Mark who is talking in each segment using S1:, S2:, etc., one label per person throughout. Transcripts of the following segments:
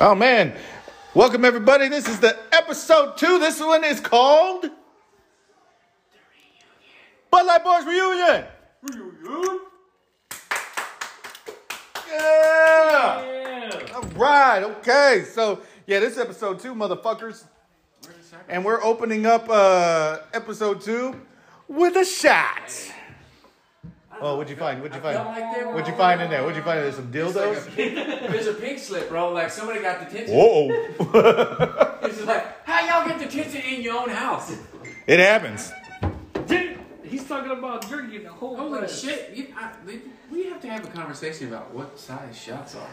S1: Oh man, welcome everybody. This is the episode two. This one is called Bud Light Boys Reunion. Yeah. All right. Okay. So yeah, this is episode two, motherfuckers, and we're opening up uh episode two with a shot. Oh, what'd you find? What'd you
S2: I felt like they
S1: find?
S2: were
S1: What'd you
S2: all-
S1: find in there? What'd you find? There's some
S2: It's like a
S1: dildos.
S2: pig, it's a pig slip, bro. Like somebody got the tits.
S1: Whoa.
S2: It's just like, how y'all get the tits in your own house?
S1: It happens.
S3: Dude, he's talking about drinking the whole
S2: Holy
S3: glass.
S2: shit! You, I, we- we have to have a conversation about what size shots are.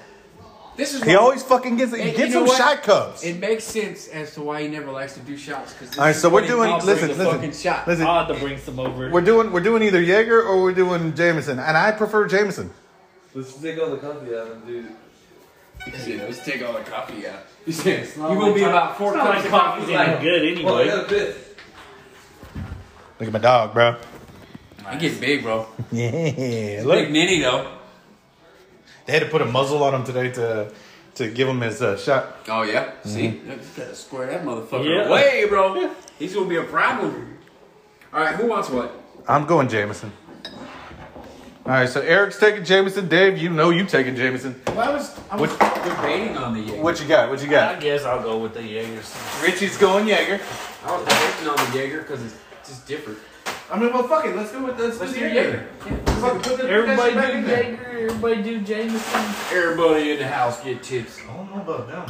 S2: This is
S1: He
S2: why-
S1: always fucking gets
S2: Hey,
S1: it.
S2: you
S1: Get
S2: know
S1: some
S2: what?
S1: shot cups.
S2: It makes sense as to why he never likes to do shots. Because
S1: All right, so we're doing.
S3: I'll bring
S1: Listen,
S3: the
S1: listen,
S2: fucking shot.
S1: listen.
S3: I'll have to bring some over.
S1: We're doing. We're doing either Jaeger or we're doing Jameson, and I prefer Jameson.
S4: Let's take all the coffee out and do.
S2: Yeah, let's take all the coffee out. You said you
S3: not
S2: will
S3: like
S2: be
S3: co-
S2: about four
S3: it's not
S2: cups
S3: like
S2: of
S3: coffee's
S2: coffee.
S3: any
S2: Like,
S3: good
S4: Well, Oh, I
S3: anyway.
S4: got a fifth.
S1: Look at my dog, bro.
S2: I get big, bro.
S1: Yeah,
S2: Big
S1: look.
S2: ninny though.
S1: They had to put a muzzle on him today to to give him his uh, shot.
S2: Oh yeah. See, you gotta square that motherfucker
S3: Yeah.
S2: away, bro. He's gonna be a problem. All right, who wants what?
S1: I'm going Jameson. All right, so Eric's taking Jameson. Dave, you know you taking Jameson.
S2: Well, I was I was debating on the Jaeger.
S1: What you got? What you
S3: I
S1: got?
S3: guess I'll go with the Jaegers.
S1: Richie's going Jaeger.
S2: I was debating on the Jaeger because it's just different.
S1: I mean, well, fuck it. Let's go with this.
S2: Let's do Jaeger.
S3: Everybody do Jaeger, everybody do Jameson.
S2: Everybody in the house get tips.
S1: I don't know about them.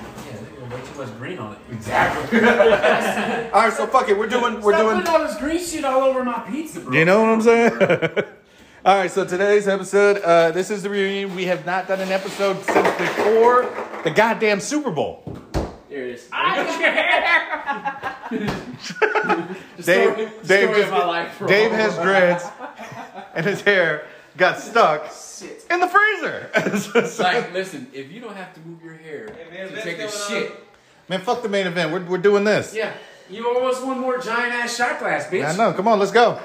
S2: Oh, Yeah, they're gonna way too much green on it.
S1: Exactly. All right, so fuck it. We're doing. We're
S2: Stop
S1: doing.
S2: putting all this green shit all over my pizza, bro.
S1: You know what I'm saying? All right, so today's episode, uh, this is the reunion. We have not done an episode since before the goddamn Super Bowl.
S2: There it is.
S3: I don't care.
S1: Dave,
S2: story-
S1: Dave,
S2: story of
S1: just-
S2: my life, bro.
S1: Dave has dreads, and his hair got stuck
S2: Shit.
S1: in the freezer.
S2: Like, listen, if you don't have to move your hair
S4: Hey, man,
S2: to
S4: that's
S2: take a
S4: going
S2: shit,
S4: on.
S1: Man, fuck the main event. We're, we're doing this.
S2: yeah, you almost one more giant ass shot glass, bitch.
S1: I know. Come on, let's go.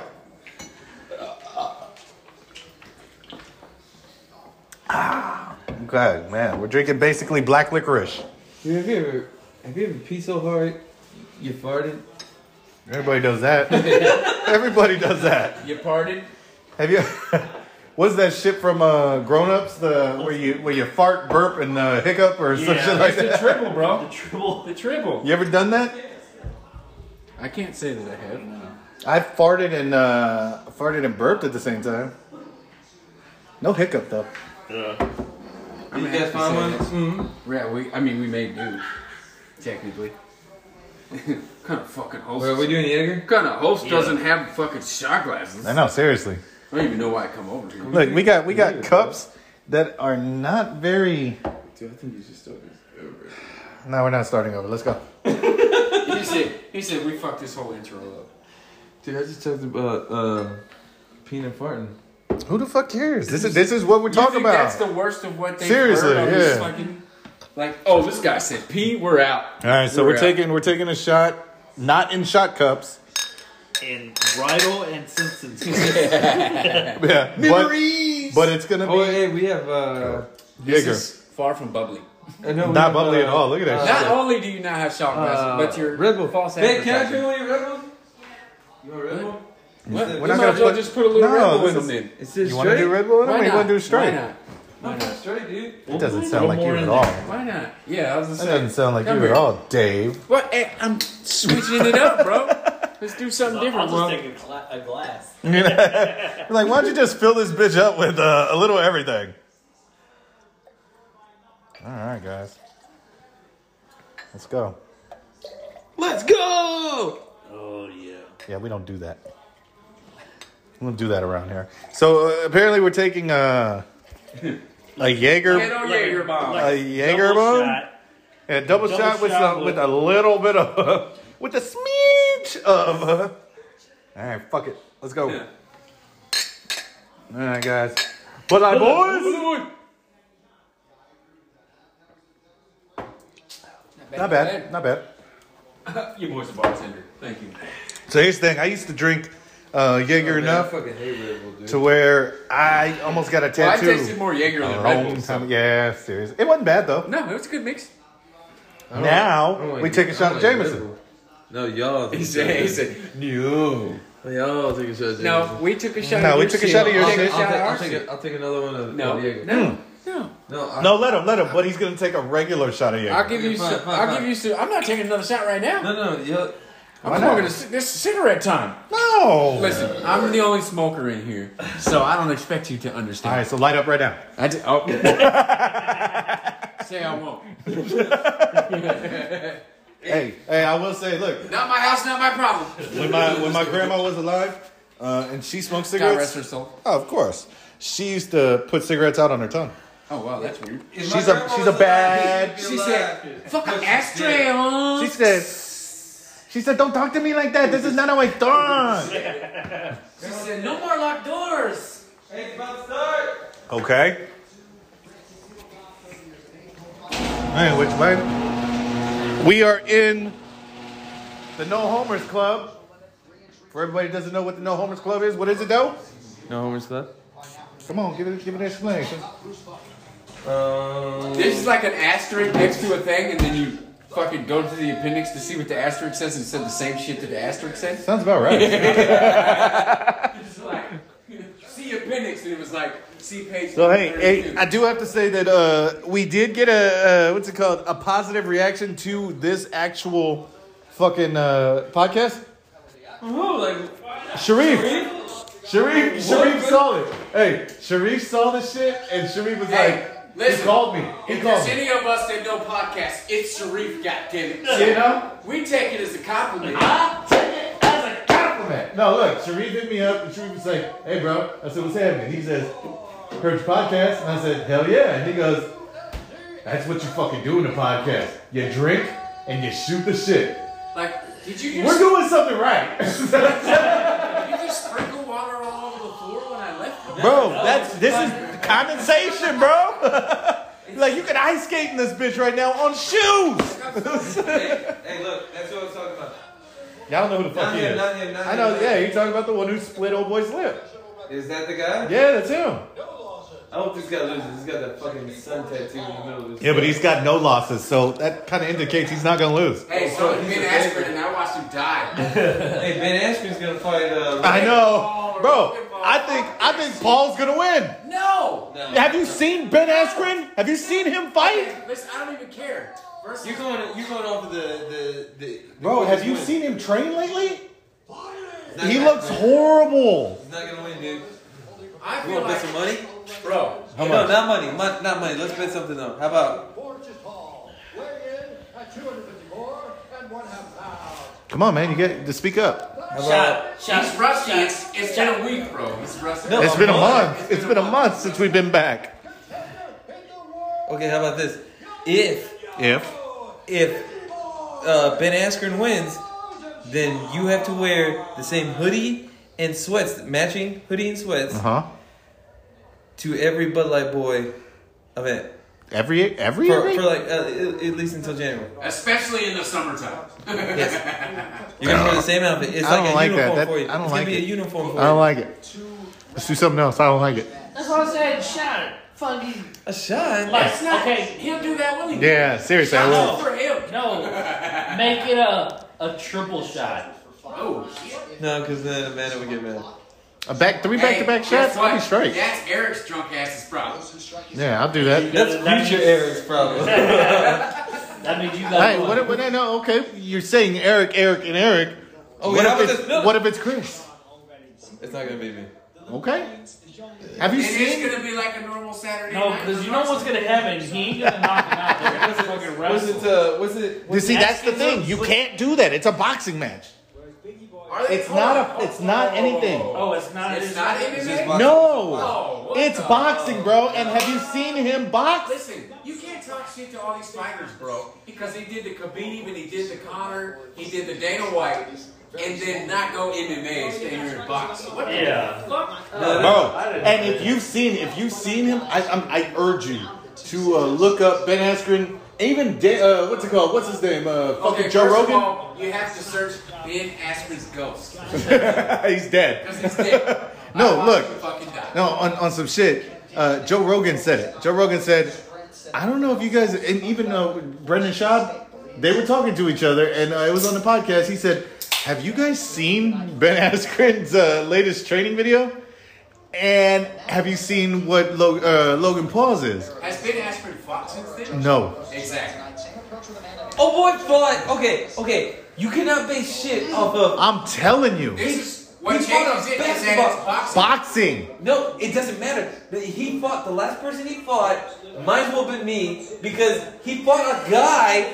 S1: Ah, okay, man. We're drinking basically black licorice.
S4: Have you ever, have you ever peed so hard you farted?
S1: Everybody does that. Everybody does that.
S2: You parted.
S1: Have you? What's that shit from uh, Grown Ups? The where you where you fart, burp, and uh, hiccup or some
S3: Yeah.
S1: shit like that.
S2: triple, bro.
S3: The triple.
S2: The triple.
S1: You ever done that?
S2: I can't say that I have.
S1: I farted and uh, farted and burped at the same time. No hiccup though.
S4: Did you guys find one?
S2: Yeah, we. I mean, we may do, technically. kind of fucking host.
S4: Wait, are we doing Jaeger?
S2: kind of host doesn't have fucking shot glasses.
S1: I
S2: I
S1: know, seriously.
S2: don't even know why I come over here.
S1: Look, we got we got cups that are not very.
S4: Dude, I think you should start this over.
S1: No, we're not starting over. Let's go.
S2: he said. He said we fucked this whole intro up.
S4: Dude, I just talked about uh, peeing and farting.
S1: Who the fuck cares? This is this is what we're
S2: You
S1: talking
S2: think
S1: about.
S2: That's the worst of what they
S1: Seriously,
S2: Heard of this
S1: yeah.
S2: fucking, like, oh, this guy said pee. We're out.
S1: All right, so we're
S2: out.
S1: taking we're taking a shot, not in shot cups.
S3: And bridal and Simpsons.
S1: Yeah, but,
S4: Memories.
S1: but it's gonna be.
S4: oh, hey, we have. Uh,
S2: This
S1: Jaeger.
S2: is far from bubbly.
S4: I know we
S1: Not
S4: have,
S1: bubbly
S4: uh,
S1: at all. Look at that
S4: uh,
S2: Not only do you not have shot glasses,
S4: uh,
S2: but you're
S4: Red Bull.
S2: false
S4: Hey, can I
S2: advertising.
S4: drink one of your Red Bulls? You want a Red Bull?
S2: What?
S4: We're
S2: We
S1: not
S2: might
S1: gonna
S2: as well
S1: put-
S2: just put a little
S1: No,
S2: Red Bull
S1: this
S2: in them then.
S4: It's just
S1: You
S4: straight.
S1: want to do Red Bull?
S2: Why
S1: I mean, you
S2: not?
S1: want to do
S2: Why
S1: straight?
S2: not? Why not?
S4: Straight, dude.
S1: It doesn't sound like you at all. That
S2: Why not? Yeah, I was just saying.
S1: doesn't sound like
S2: Come
S1: you at
S2: here.
S1: all, Dave.
S2: Well, eh, I'm switching it up, bro. Let's do something different,
S3: I'll
S2: bro.
S3: just take a, gla- a glass.
S1: You're like, why don't you just fill this bitch up with uh, a little of everything? All right, guys. Let's go.
S2: Let's go.
S3: Oh yeah.
S1: Yeah, we don't do that. We don't do that around here. So uh, apparently, we're taking a a
S2: Get
S1: Jaeger,
S2: on
S3: Like a-
S2: Jaeger bomb.
S3: like
S1: A Jaeger
S3: double
S1: bomb?
S3: shot.
S1: a double,
S3: double
S1: shot with
S3: shot
S1: some,
S3: with-
S1: with a little bit of with a smidge of. Uh, all right, fuck it. Let's go. All right, guys. But like boys, not bad, not bad.
S2: You boys a bartender. Thank you.
S1: So here's the thing: I used to drink uh, Jaeger
S5: Oh, Man, I
S1: enough
S5: fucking hate Red Bull, dude.
S1: to where I almost got a
S2: Well, I
S1: tattoo.
S2: tasted more Jaeger
S1: a
S2: than Red
S1: long
S2: Bull.
S1: time.
S2: so-
S1: Yeah, serious. It wasn't bad though.
S2: No, it was a good mix.
S5: I don't-
S1: now
S5: I don't
S1: we take a
S5: I
S1: shot
S5: don't
S1: of
S5: Red
S1: Jameson.
S5: Bull. Oh No, y'all.
S2: He said, he said,
S5: no. Y'all take a shot of Jameson.
S2: no, we took a shot
S1: No,
S2: of
S1: we
S2: your
S1: took a
S2: shit.
S1: shot of your
S2: I'll take
S1: shit. Hmm.
S2: a
S5: I'll,
S2: shot
S5: take,
S2: of
S5: I'll,
S2: our
S5: take,
S2: shit.
S5: a- I'll take another one of
S2: No,
S5: of Jaeger.
S2: no, no.
S5: No, I,
S1: No, let him, let him. But he's gonna take a regular shot of Jaeger.
S2: I'll give you.
S5: Fine,
S2: some-
S5: fine,
S2: I'll
S5: fine.
S2: give you. some- I'm not taking another shot right now.
S5: no, no. Y'all,
S1: Why
S2: I'm
S1: not?
S2: smoking. A, c- this is cigarette time.
S1: No.
S2: Listen, I'm the only smoker in here, so I don't expect you to
S1: All
S2: understand.
S1: right, so light up right now.
S2: I d- oh. Say I won't.
S1: Hey, hey, I will say, look,
S2: Not my house, not my problem.
S1: when my when my grandma was alive, uh, and she smoked
S2: God
S1: cigarettes.
S2: rest her soul.
S1: Oh, of course. She used to put cigarettes out on her tongue.
S2: Oh wow, that's weird.
S5: if
S1: She's
S5: my
S1: a-
S5: grandma
S1: she's
S5: was
S1: a
S5: alive,
S1: bad-
S5: she'd be
S2: She
S5: alive.
S2: said, "Fuck an
S5: But she
S2: ashtray
S5: did.
S2: on."
S1: She said, she said, don't talk to me like that. This is not how I talk.
S2: She said, "No more locked doors."
S5: Hey, it's about to start.
S1: Okay. Hey, which way? We are in the No Homers Club. For everybody who doesn't know what the No Homers Club is, what is it though?
S5: No homers left.
S1: Come on, give it, give it an explanation.
S5: Um,
S2: This is like an asterisk next to a thing, and then you fucking go to the appendix to see what the asterisk says and said the same shit that the asterisk says.
S1: Sounds about right.
S2: It's like, see appendix, and it was like, see page.
S1: So hey, hey,
S2: 32.
S1: I do have to say that uh, we did get a uh, what's it called a positive reaction to this actual fucking uh, podcast.
S5: who, like,
S1: Sharif, Sharif, Sharif saw it. Hey, Sharif saw the shit, and Sharif was
S2: Hey,
S1: like,
S2: listen.
S1: he called me. He
S2: If there's
S1: called me.
S2: any of us that know podcasts, it's Sharif, goddammit.
S1: You know.
S2: We take it as a compliment.
S1: compliment. No, look, Sharif hit me up and Sharif was like, hey, bro. I said, what's happening? He says, heard your podcast. And I said, hell yeah. And he goes, that's what you fucking do in a podcast. You drink and you shoot the shit.
S2: Like, did you
S1: We're
S2: just,
S1: doing something right.
S2: did you just sprinkle water all over the floor when I left?
S1: Bro, that's this is condensation, bro. like, you can ice skate in this bitch right now on shoes.
S5: hey, hey, look, that's what I was talking about.
S1: Y'all know who the fuck
S5: Not
S1: he
S5: him,
S1: is.
S5: not him, not
S1: I know,
S5: him.
S1: yeah, you're talking about the one who split old boy's lip.
S5: Is that the guy?
S1: Yeah, that's him.
S5: I hope this guy loses. He's got that fucking sun tattoo in the middle of his.
S1: Yeah, but he's got no losses, so that kind of indicates he's not going to lose.
S2: Hey, so Ben Askren and I watched him die.
S5: Hey, Ben Askren's gonna fight. Uh,
S1: I know, bro. I think I think Paul's gonna win.
S2: No!
S5: no.
S1: Have you seen Ben Askren? Have you seen him fight?
S2: Listen, I don't even care. Versus,
S5: You going? You going off of the the the?
S1: Bro,
S5: the
S1: have you
S5: win.
S1: seen him train lately?
S5: He's not
S1: He
S5: gonna
S1: looks
S5: win.
S1: horrible.
S5: He's not gonna win, dude.
S2: I
S5: You
S2: feel
S5: want to
S2: like,
S5: bet some money?
S2: bro,
S1: How
S5: no,
S1: much?
S5: not money. Mon- not money. Let's bet something though. How about?
S4: Borges Hall, weighing in at 254 and one half pounds.
S1: Come on, man, you get to speak up.
S5: How about?
S2: he's rusty. It's, it's been a week, bro. He's rusty.
S5: No.
S1: It's been a month. It's been a month since we've been back.
S4: In the world,
S5: Okay, how about this? If
S1: If
S5: if uh, Ben Askren wins, then you have to wear the same hoodie and sweats, matching hoodie and sweats,
S1: huh?
S5: to every Bud Light Boy event
S1: Every every
S5: for,
S1: every.
S5: for like uh, at at least until January.
S2: Especially in the summertime.
S5: Yes. You're gonna wear the same outfit. It's
S1: I
S5: like
S1: don't
S5: a
S1: like that.
S5: uniform
S1: That-
S5: for you.
S1: I don't
S5: it's
S1: like
S5: gonna be
S1: it.
S5: a uniform for
S1: I don't
S5: you.
S1: like it. Let's do something else. I don't like it.
S3: That's why I said shot it. Funky.
S5: a shot.
S3: Like, okay,
S2: He'll do that, will he?
S1: Yeah, seriously, I
S2: That's
S1: will.
S2: for him.
S3: no. Make it a, a triple shot.
S2: Oh,
S5: No, because then Amanda would get mad.
S1: A back three back to back
S2: Hey,
S1: shots.
S2: guess
S1: I'll be
S2: what?
S1: straight.
S2: That's Eric's drunk ass's problem.
S1: Yeah, I'll do that.
S5: That's
S3: That
S5: future
S3: means-
S5: Eric's problem.
S3: That means you got
S1: Hey,
S3: to
S1: what if, what, no, okay, you're saying Eric, Eric, and Eric.
S5: Oh,
S1: what,
S5: yeah,
S1: if
S5: but
S1: it's,
S5: this- no.
S1: what if it's Chris?
S5: It's not gonna be me.
S1: Okay. Have you
S2: And it's
S1: seen?
S2: gonna be like a normal Saturday
S3: No,
S2: night
S3: because
S2: for
S3: you know
S2: Russell.
S3: what's going to happen. He ain't going to knock him out. They're going to fucking
S5: Was
S3: wrestle.
S5: it? Uh, was it?
S1: You see, that's the
S3: Asking
S1: thing.
S3: them
S1: You
S3: for-
S1: can't do that. It's a boxing match.
S2: Are they-
S1: It's not a- it's not
S2: Oh,
S1: anything.
S3: oh, it's not.
S2: It's not
S5: just
S2: MMA.
S5: boxing.
S1: No,
S2: Oh, what
S1: it's
S2: the-
S1: boxing, bro. And have you seen him box?
S2: Listen, you can't talk shit to all these fighters, bro, because he did the Khabib and he did the Connor, he did the Dana White, and then not go MMA and stay here and box. What the
S3: Yeah.
S2: fuck?
S1: Bro,
S3: I didn't
S1: and
S3: know
S1: if you've seen, if you've seen him, I, I'm, I urge you to uh, look up Ben Askren Even da- uh, what's it called? What's his name? Uh, fucking
S2: Okay,
S1: Joe
S2: first
S1: Rogan.
S2: Of all, you have to search Ben Askren's ghost
S1: He's dead.
S2: because he's dead.
S1: No,
S2: I
S1: look.
S2: watched him Fucking die.
S1: No, on, on some shit. Uh, Joe Rogan said it. Joe Rogan said, I don't know if you guys, and even uh, Brendan Schaub, they were talking to each other, and uh, it was on the podcast. He said, Have you guys seen Ben Askren's uh, latest training video? And have you seen what Lo- uh, Logan Paul's is?
S2: Has Ben Askren fought since then?
S1: No.
S2: Exactly.
S4: Oh boy, fought. Okay, okay. You cannot base shit off of
S1: I'm telling you.
S2: This is what
S4: he
S2: changes
S4: fought a
S2: it is that
S4: basketball-
S2: it's boxing.
S1: Boxing.
S4: No, it doesn't matter. But He fought the last person he fought. Might as well been me because he fought a guy.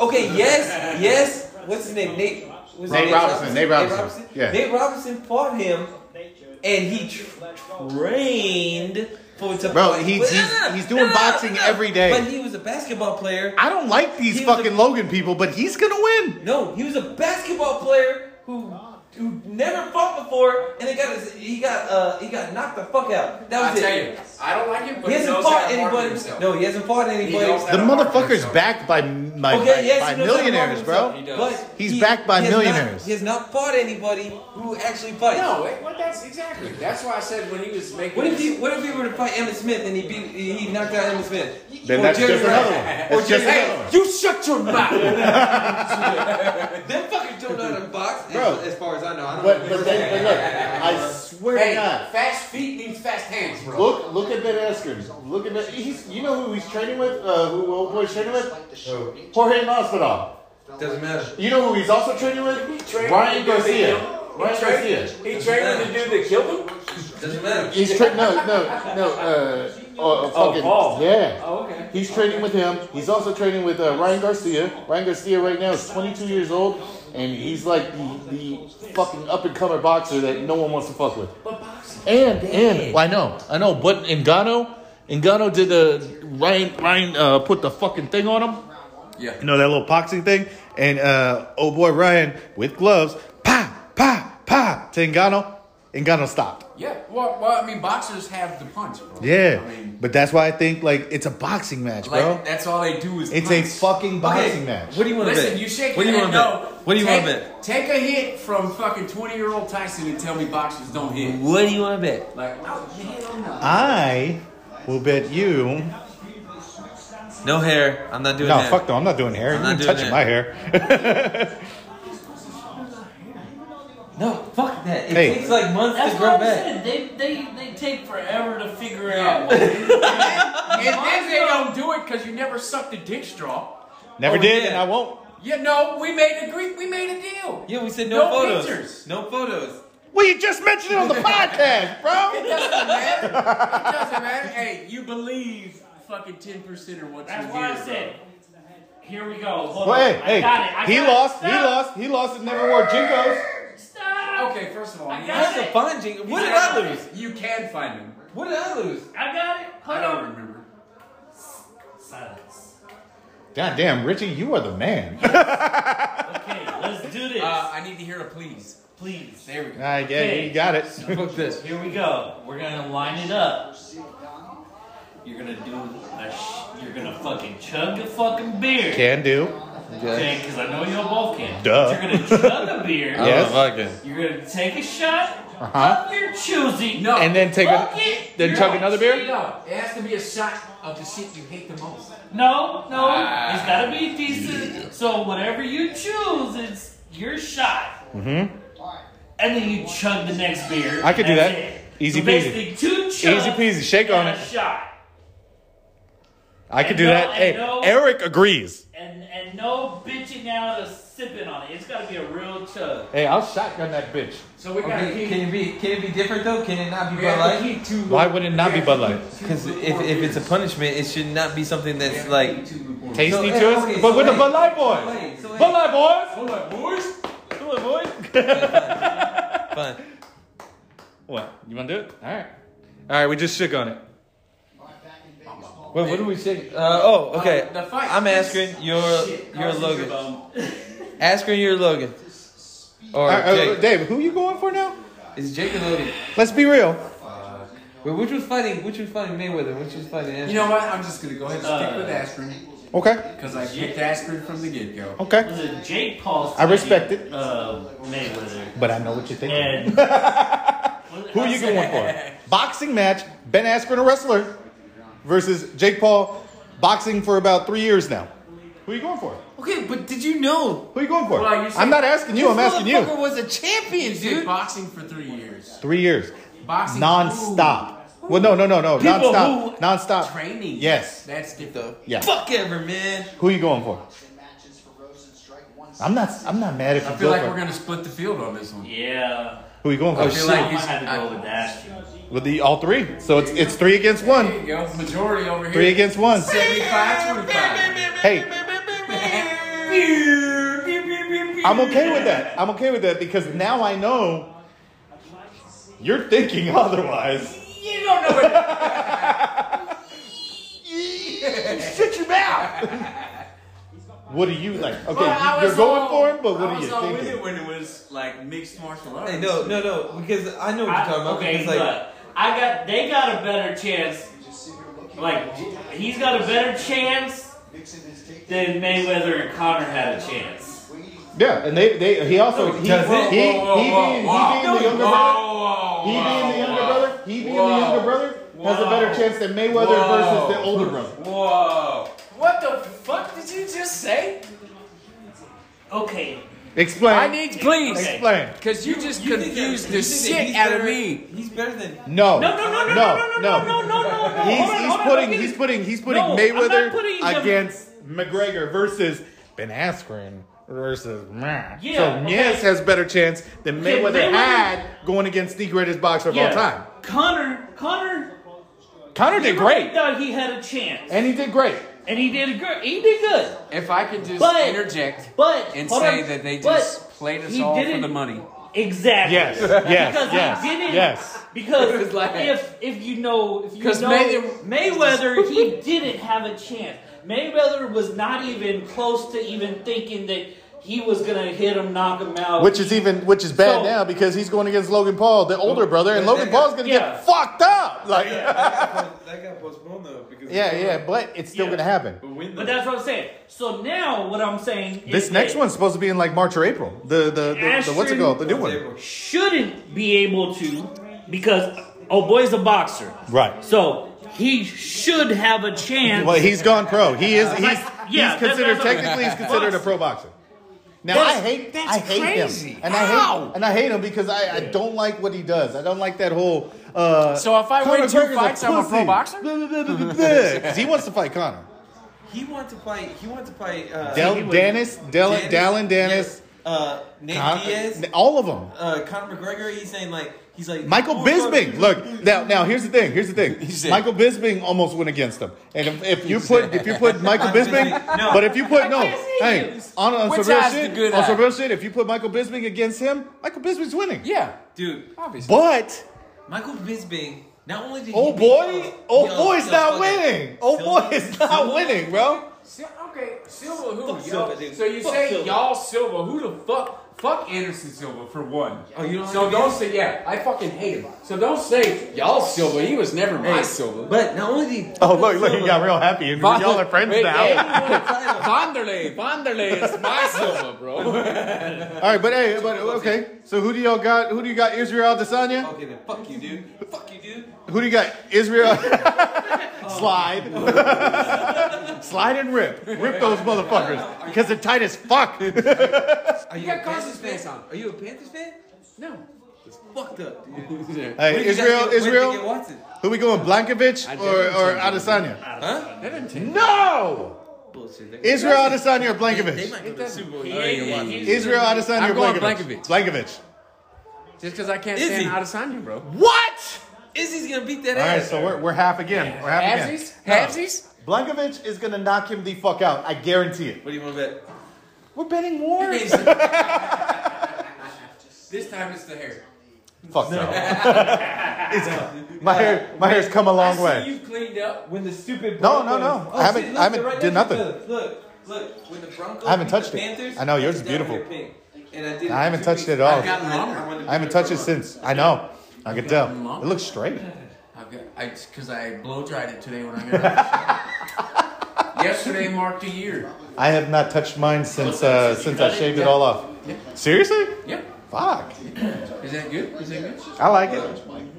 S4: Okay, yes, yes. What's his name? Nate. was it
S1: Nate Robinson, Nate Robinson. Yeah.
S4: Nate Robinson fought him, and he tr- trained for to
S1: Bro,
S4: fight.
S1: he's-
S4: But-
S1: he's- he's doing boxing every day.
S4: But he was a basketball player.
S1: I don't like these
S4: He was
S1: fucking
S4: a-
S1: Logan people, but he's gonna win.
S4: No, he was a basketball player who who never fought before, and he got his, he got uh he got knocked the fuck out. That was
S2: I
S4: it.
S2: tell you, I don't like him, but
S4: he
S2: he,
S4: hasn't
S2: knows
S4: fought
S2: how to market
S4: anybody.
S2: himself.
S4: No, he hasn't fought anybody.
S2: knows
S1: The
S2: Gotta market
S1: motherfucker's
S2: himself.
S1: backed by by,
S4: Okay, yes,
S1: by
S4: he knows how to
S1: millionaires,
S4: market
S1: bro.
S4: himself, But
S1: He's
S4: he-
S1: backed by
S4: he has not-
S1: millionaires.
S4: he has not fought anybody who actually fights.
S2: No, it- well, that's exactly. That's why I said when he was making.
S4: What if
S2: this-
S4: he What if he were to fight Emmett Smith and he beat he knocked out Emmett Smith?
S1: Then
S4: Or
S1: that's
S4: Jerry
S1: just another one.
S4: Rice.
S1: That's
S4: Or
S1: just
S4: Jerry-
S1: another
S4: Hey,
S1: one.
S4: You shut your mouth. Them fuckers don't know how to box.
S1: Bro.
S4: as, as far as I know, I don't
S1: But
S4: know.
S1: but then but look, I swear
S2: Hey,
S1: to God.
S2: fast feet means fast hands, bro.
S1: Look look at Ben Askren. Look at Ben. He's you know who he's training with? Uh, who old boy's training with? Jorge Masvidal.
S4: Doesn't matter.
S1: You know who he's also training with?
S2: Trained
S1: Ryan
S2: to do the
S1: Garcia.
S2: kill-
S1: Ryan
S2: he trained-
S1: Garcia.
S2: He trained him to do the kill him.
S4: Doesn't matter.
S1: He's tra- no no no. Uh, uh, fucking,
S3: Oh, Paul.
S1: Yeah.
S3: Oh, okay.
S1: He's training with him. He's also training with uh, Ryan Garcia. Ryan Garcia right now is 22 years old, and he's like the, the fucking up and comer boxer that no one wants to fuck with.
S2: But boxing.
S1: And and well, I know, I know, but Ngannou, Ngannou did the Ryan Ryan uh, put the fucking thing on him.
S2: Yeah.
S1: You know that little boxing thing, and uh, oh boy Ryan with gloves, pa pa pa to Ngannou. Ngannou stopped.
S2: Yeah. Well, well, I mean, boxers have the punch, bro.
S1: Yeah,
S2: I mean,
S1: but that's why I think like it's a boxing match,
S2: like
S1: bro.
S2: that's all they do is.
S1: It's a
S2: punch.
S1: fucking boxing
S4: Okay,
S1: match.
S4: What do you want to bet?
S2: Listen, you shake
S4: What do you
S2: your
S4: want
S2: head no.
S4: to bet? What do you want
S2: take,
S4: to bet?
S2: Take a hit from fucking twenty-year-old Tyson and tell me boxers don't hit.
S4: What do you want to bet?
S2: Like, oh, hell no.
S1: I will bet you.
S4: No hair. I'm not doing
S1: No,
S4: that.
S1: fuck no, I'm not doing hair.
S4: I'm
S1: You're
S4: not doing
S1: touching
S4: that.
S1: my hair.
S4: No, fuck that. It
S1: Hey.
S4: takes like months
S3: That's
S4: to
S3: what
S4: grow
S3: I'm
S4: back.
S3: saying. They, they, they take forever to figure
S2: Yeah.
S3: out. what-
S2: And then they don't do it because you never sucked a dick straw.
S1: Never
S4: Oh,
S1: did,
S4: yeah.
S1: and I won't.
S2: Yeah, no, we made a agree. We made a deal.
S4: Yeah, we said no,
S2: No
S4: photos.
S2: pictures.
S4: No photos.
S1: Well, you just mentioned it on the podcast,
S2: It
S1: bro.
S2: doesn't matter. It doesn't matter. Hey, you believe fucking ten percent or what
S3: That's
S2: you
S3: why
S2: hear,
S3: I said, here we go. Hold
S1: Well,
S3: on.
S1: hey,
S3: I
S1: hey,
S3: got it. I
S1: he
S3: got it.
S1: lost, he
S3: Stop.
S1: lost, he lost, and never wore jinkos.
S2: bro.
S3: Stop.
S2: Okay, first of all,
S3: I
S2: you,
S4: I
S3: got
S4: have to find Jing. What did I
S2: can,
S4: lose?
S2: you can find him.
S4: What did I lose?
S3: I got it. Hold
S2: I don't
S3: on.
S2: remember.
S3: Silence.
S1: God damn, Richie, you are the man.
S3: Okay, let's do this.
S2: Uh, I need to hear a please.
S3: Please.
S2: There we go.
S1: I get it, you got it.
S4: Fuck this.
S3: Here we go. We're gonna line it up. You're gonna do a sh- You're gonna fucking chug a fucking beer.
S1: Can do.
S3: Okay, because I know y'all both can.
S1: Duh.
S3: You're gonna chug a beer.
S1: Yeah. Yes.
S4: Oh, fucking.
S3: You're gonna take a shot
S1: Uh-huh.
S3: of your choosing.
S2: No.
S1: And then take
S3: Fuck
S1: a,
S3: it.
S1: then
S3: You're
S1: chug
S3: on
S1: another beer.
S2: No, it has to be a shot of the shit you hate the most.
S3: No, no,
S1: Ah.
S3: it's gotta be decent. So whatever you choose, it's your shot. Mm-hmm. And then you chug the next beer.
S1: I could do
S3: That's
S1: that.
S3: it.
S1: Easy peasy.
S3: so Basically, two chugs.
S1: Easy peasy. Shake
S3: and
S1: on
S3: a
S1: it.
S3: Shot.
S1: I could do
S3: No,
S1: that.
S3: I
S1: Hey,
S3: know.
S1: Eric agrees.
S3: And and no bitching out or sipping on it. It's gotta be a real chug.
S1: Hey, I'll shotgun that bitch.
S2: So we gotta
S4: Okay,
S2: keep.
S4: can it be? Can it be different though? Can it not be
S2: we
S4: Bud
S2: have to
S4: Light?
S2: keep two
S1: Why
S2: lu-
S1: would it not
S2: we
S1: be
S2: have to
S1: Bud Light?
S2: keep two
S4: Because if,
S2: lukewarm
S4: if it's a
S2: beers.
S4: punishment, it should not be something
S2: We have
S4: that's
S2: to
S4: like.
S2: keep two lukewarm beers.
S1: Tasty
S4: So,
S1: to
S4: hey,
S1: us,
S4: eh, okay,
S1: but
S4: so
S1: with the
S4: hey,
S1: Bud Light boys.
S4: so hey, so hey.
S1: Bud Light boys.
S2: Hold on, boys.
S1: Come on, boys.
S4: Fun.
S1: What? You want to do it? All right. All right, we just shook on it. Wait, what do we say?
S4: Uh, oh, okay.
S2: the fight.
S4: I'm asking your your Logan. Asking your Logan. Or Jake.
S1: Uh, Dave, who you going for now?
S4: It's Jake and Logan.
S1: Let's be real.
S4: Wait, which was fighting? Which was fighting Mayweather? Which was fighting? Askren?
S2: You know what? I'm just gonna go ahead and stick with aspirin.
S1: Okay.
S2: Because I kicked Askren from the get go.
S3: It
S1: Okay.
S3: was a Jake Paul.
S1: I respect it.
S3: Uh, Mayweather.
S1: But I know what you're thinking.
S3: And
S1: Who are you going for? Boxing match, Ben Askren, a wrestler, versus Jake Paul, boxing for about three years now. Who are you going for?
S4: Okay, but did you know?
S1: Who are you going for?
S2: Well, you see-
S1: I'm not asking you, I'm
S4: this
S1: asking
S4: motherfucker
S1: you.
S4: was a champion,
S2: He did
S4: dude.
S2: boxing for three years.
S1: Three years.
S2: Boxing
S1: Non-stop. Well, no, no, no, no.
S3: People
S1: Non-stop.
S3: who-
S2: Ooh,
S1: Non-stop.
S2: training.
S1: Yes.
S2: That's different.
S1: Yeah.
S4: Fuck ever, man.
S1: Who are you going for? I'm not. I'm not mad if
S2: I
S1: you
S2: feel
S1: go
S2: like
S1: for.
S2: we're gonna split the field on this one.
S3: Yeah.
S1: Who are you going for?
S2: I
S3: I
S2: feel
S3: feel
S2: like
S3: like I
S2: it's-
S3: had to
S2: I-
S3: go with Askren.
S1: With the all three, so it's it's three against
S2: There
S1: one.
S2: you go. Majority over here.
S1: Three against one.
S2: 75 25.
S1: Hey, I'm okay with that. I'm okay with that because now I know you're thinking otherwise.
S2: You don't know what
S1: Shut your mouth. What are you like? Okay,
S2: Well, I
S1: you're
S2: was
S1: going
S2: all-
S1: for him, but what
S2: I
S1: are you
S2: was all with
S1: thinking?
S2: it when it was like mixed martial arts.
S4: Hey, no, no, no, because I know what you're
S3: I-
S4: talking about.
S3: okay,
S4: because, like,
S3: but I got they got a better chance. Like he's got a better chance than Mayweather and Connor had a chance.
S1: Yeah, and they, they he also he he
S4: does
S1: he
S4: it.
S1: being
S2: Whoa,
S1: he
S2: whoa,
S1: being
S2: whoa,
S1: the younger
S2: whoa,
S1: brother.
S2: whoa,
S1: He being the
S2: whoa,
S1: younger
S2: whoa.
S1: brother. He being the
S2: Whoa.
S1: younger brother has a better
S2: Whoa.
S1: chance than Mayweather
S2: Whoa.
S1: versus the older brother.
S2: Whoa. What the fuck did you just say?
S3: Okay.
S1: Explain.
S2: I need, please.
S3: Okay.
S1: Explain.
S2: Because you just
S4: you think that-
S2: confused
S4: you
S2: the
S4: think that
S2: shit
S4: he's
S2: out of
S4: better-
S2: me.
S4: He's better than.
S1: No.
S3: No, no, no, no, no, no, no, no, no, no, no. no.
S1: He's,
S3: Hold on,
S1: he's
S3: hold on,
S1: putting
S3: don't get
S1: he's
S3: it.
S1: putting he's putting
S3: No, I'm not
S1: Mayweather
S3: putting him-
S1: against McGregor versus Ben Askren versus Meh.
S3: Yeah,
S1: so
S3: okay.
S1: Nunez has better chance than
S3: Okay,
S1: Mayweather
S3: Mayweather-
S1: had going against the greatest boxer of
S3: Yeah.
S1: all time.
S3: Connor, Connor
S1: Connor did
S3: everybody
S1: great,
S3: Thought he had a chance,
S1: and he did great.
S3: and he did good. He did good,
S2: If I could just
S3: But-
S2: interject
S3: but
S2: and
S3: hold
S2: say
S3: on,
S2: that they
S3: but
S2: just played us
S3: he
S2: all for
S3: didn't-
S2: the money.
S3: Exactly.
S1: Yes, yes,
S3: because
S1: yes,
S3: he didn't.
S1: yes.
S2: It was
S3: Because
S2: like-
S3: if if you know if you
S2: 'Cause
S3: know
S2: May-
S3: Mayweather, he didn't have a chance. Mayweather was not even close to even thinking that he was gonna hit him, knock him out.
S1: Which is even which is bad
S3: So-
S1: now because he's going against Logan Paul, the older brother, and
S4: Yeah,
S1: Logan
S4: that guy-
S1: Paul's gonna
S3: yeah.
S1: get fucked up. Like yeah,
S4: that got postponed though because.
S1: yeah, but it's still
S3: Yeah.
S1: gonna happen.
S4: But when
S3: But that's what I'm saying. So now what I'm saying is
S1: This next
S3: that
S1: one's supposed to be in like March or April. The the, the, the what's it
S3: Ashton-
S1: called? The new one.
S3: shouldn't be able to because oh boy's a boxer,
S1: Right.
S3: So he should have a chance.
S1: Well, he's gone pro. He is. He's,
S3: yeah,
S1: he's
S3: that-
S1: considered
S3: that's what-
S1: technically. He's considered a pro boxer. Now I
S3: That's-
S1: hate.
S2: that's
S1: I hate
S2: crazy.
S1: him, and I
S2: How?
S1: hate. And I hate him because I, I don't like what he does. I don't like that whole. Uh,
S2: So if I
S1: Conor
S2: win two
S1: McGregor's
S2: fights, I'm a pro
S1: pussy.
S2: boxer?
S1: Blah, blah, blah, blah, blah, blah. 'Cause he wants to fight Connor.
S4: He wanted to fight. He wanted to fight. Uh,
S1: Del
S3: would-
S1: Dennis, Del, Dallin Dennis,
S4: yeah, Uh, Nate
S1: Con-
S4: Diaz.
S1: all of them.
S4: Uh, Conor McGregor. He's saying like he's like
S1: Michael
S4: "Oh,
S1: Bisping.
S4: fuck."
S1: Look now. Now here's the thing. Here's the thing.
S2: said-
S1: Michael Bisping almost went against him. And if, if you put if you put Michael Bisping,
S4: No.
S1: but if you put no,
S3: can't see
S1: hey,
S3: you.
S1: on, on
S2: Which
S1: some real
S2: eye's the
S1: shit,
S2: good
S1: on some
S2: eye?
S1: real shit, if you put Michael Bisping against him, Michael Bisping's winning.
S2: Yeah,
S4: dude.
S2: obviously.
S1: But
S4: Michael Bisping. Not only did he
S1: oh
S4: beat
S1: boy,
S4: Yo-
S1: oh
S4: Yo-
S1: boy's
S4: Yo-
S1: not
S4: fucking-
S1: winning. Oh
S4: Silva-
S1: boy is not winning, bro.
S2: Sil- okay, Silva who?
S4: Fuck
S2: y'all?
S4: Silva, dude.
S2: so you
S4: Fuck
S2: say
S4: Silva.
S2: y'all Silva? Who the fuck? Fuck Anderson Silva for one.
S4: Oh, you don't
S2: so
S4: like
S2: don't
S4: him?
S2: say yeah. I fucking hate him. So don't say y'all Silva. He was never my
S4: Hey,
S2: Silva.
S4: But not only did he
S1: Oh look, look, he got real happy, and y'all are friends
S2: Wait,
S1: now.
S2: hey, Vanderlei, Vanderlei is my Silva, bro.
S1: All right, but hey, but okay. So who do y'all got? Who do you got? Israel Adesanya.
S4: Okay, then fuck you, dude. Fuck you, dude.
S1: Who do you got? Israel. Slide. Slide and rip. Rip those motherfuckers. Because they're tight as fuck.
S4: Are
S2: You
S4: you
S2: got
S4: a
S2: Carson's
S4: Panthers fan?
S2: face on.
S4: Are you a Panthers fan?
S2: No.
S4: It's fucked up, dude. Where did
S1: Hey,
S4: you guys
S1: Israel,
S4: get- where did you get
S1: Israel.
S4: Watson?
S1: Who we going? Blankovic
S2: I
S1: or,
S2: definitely
S1: or
S2: take
S1: Adesanya?
S4: Huh?
S2: That didn't take.
S1: No!
S4: Bullshit. They-
S1: Israel Adesanya or
S4: They, they
S1: Blankovic?
S4: might go to the Super Bowl.
S3: He
S4: You already
S3: ain't-
S4: won.
S3: he's-
S1: Israel Adesanya
S2: I'm
S1: or
S2: going
S1: Blankovic? Blankovic.
S2: Just because I can't
S4: Is
S2: stand
S4: he?
S2: Adesanya, bro.
S1: What?
S4: Izzy's gonna beat that
S1: All right,
S4: ass.
S1: so we're, we're half again. We're half again.
S2: Halfsies? Halfsies?
S1: Blankovic is going to knock him the fuck out. I guarantee it.
S4: What do you want to bet?
S1: We're betting more.
S2: This time it's the hair.
S1: Fuck no. It's- my hair, my hair's come a long way.
S2: You cleaned up.
S4: When the stupid
S1: No,
S4: Broncos- Oh,
S1: no, no. I haven't- I haven't
S4: they're
S1: did
S4: next to
S1: nothing.
S4: each other. Look, look. When the Broncos
S1: I haven't
S4: beat the
S1: touched it.
S4: Panthers,
S1: I know, yours is
S4: it's down
S1: beautiful.
S4: here pink. And I, did
S1: I haven't
S4: two
S1: touched
S4: weeks.
S1: it at all.
S4: I've gotten longer. wanted to
S1: I haven't
S4: do
S1: touched
S4: for
S1: it
S4: a
S1: since. I know. I can tell. It looks straight.
S2: I've got, I, cause I blow dried it today when I got Yesterday marked a year.
S1: I have not touched mine since uh, since I shaved it all off. Seriously?
S2: Yep.
S1: Fuck.
S2: Is that good? Is that good?
S1: I like it.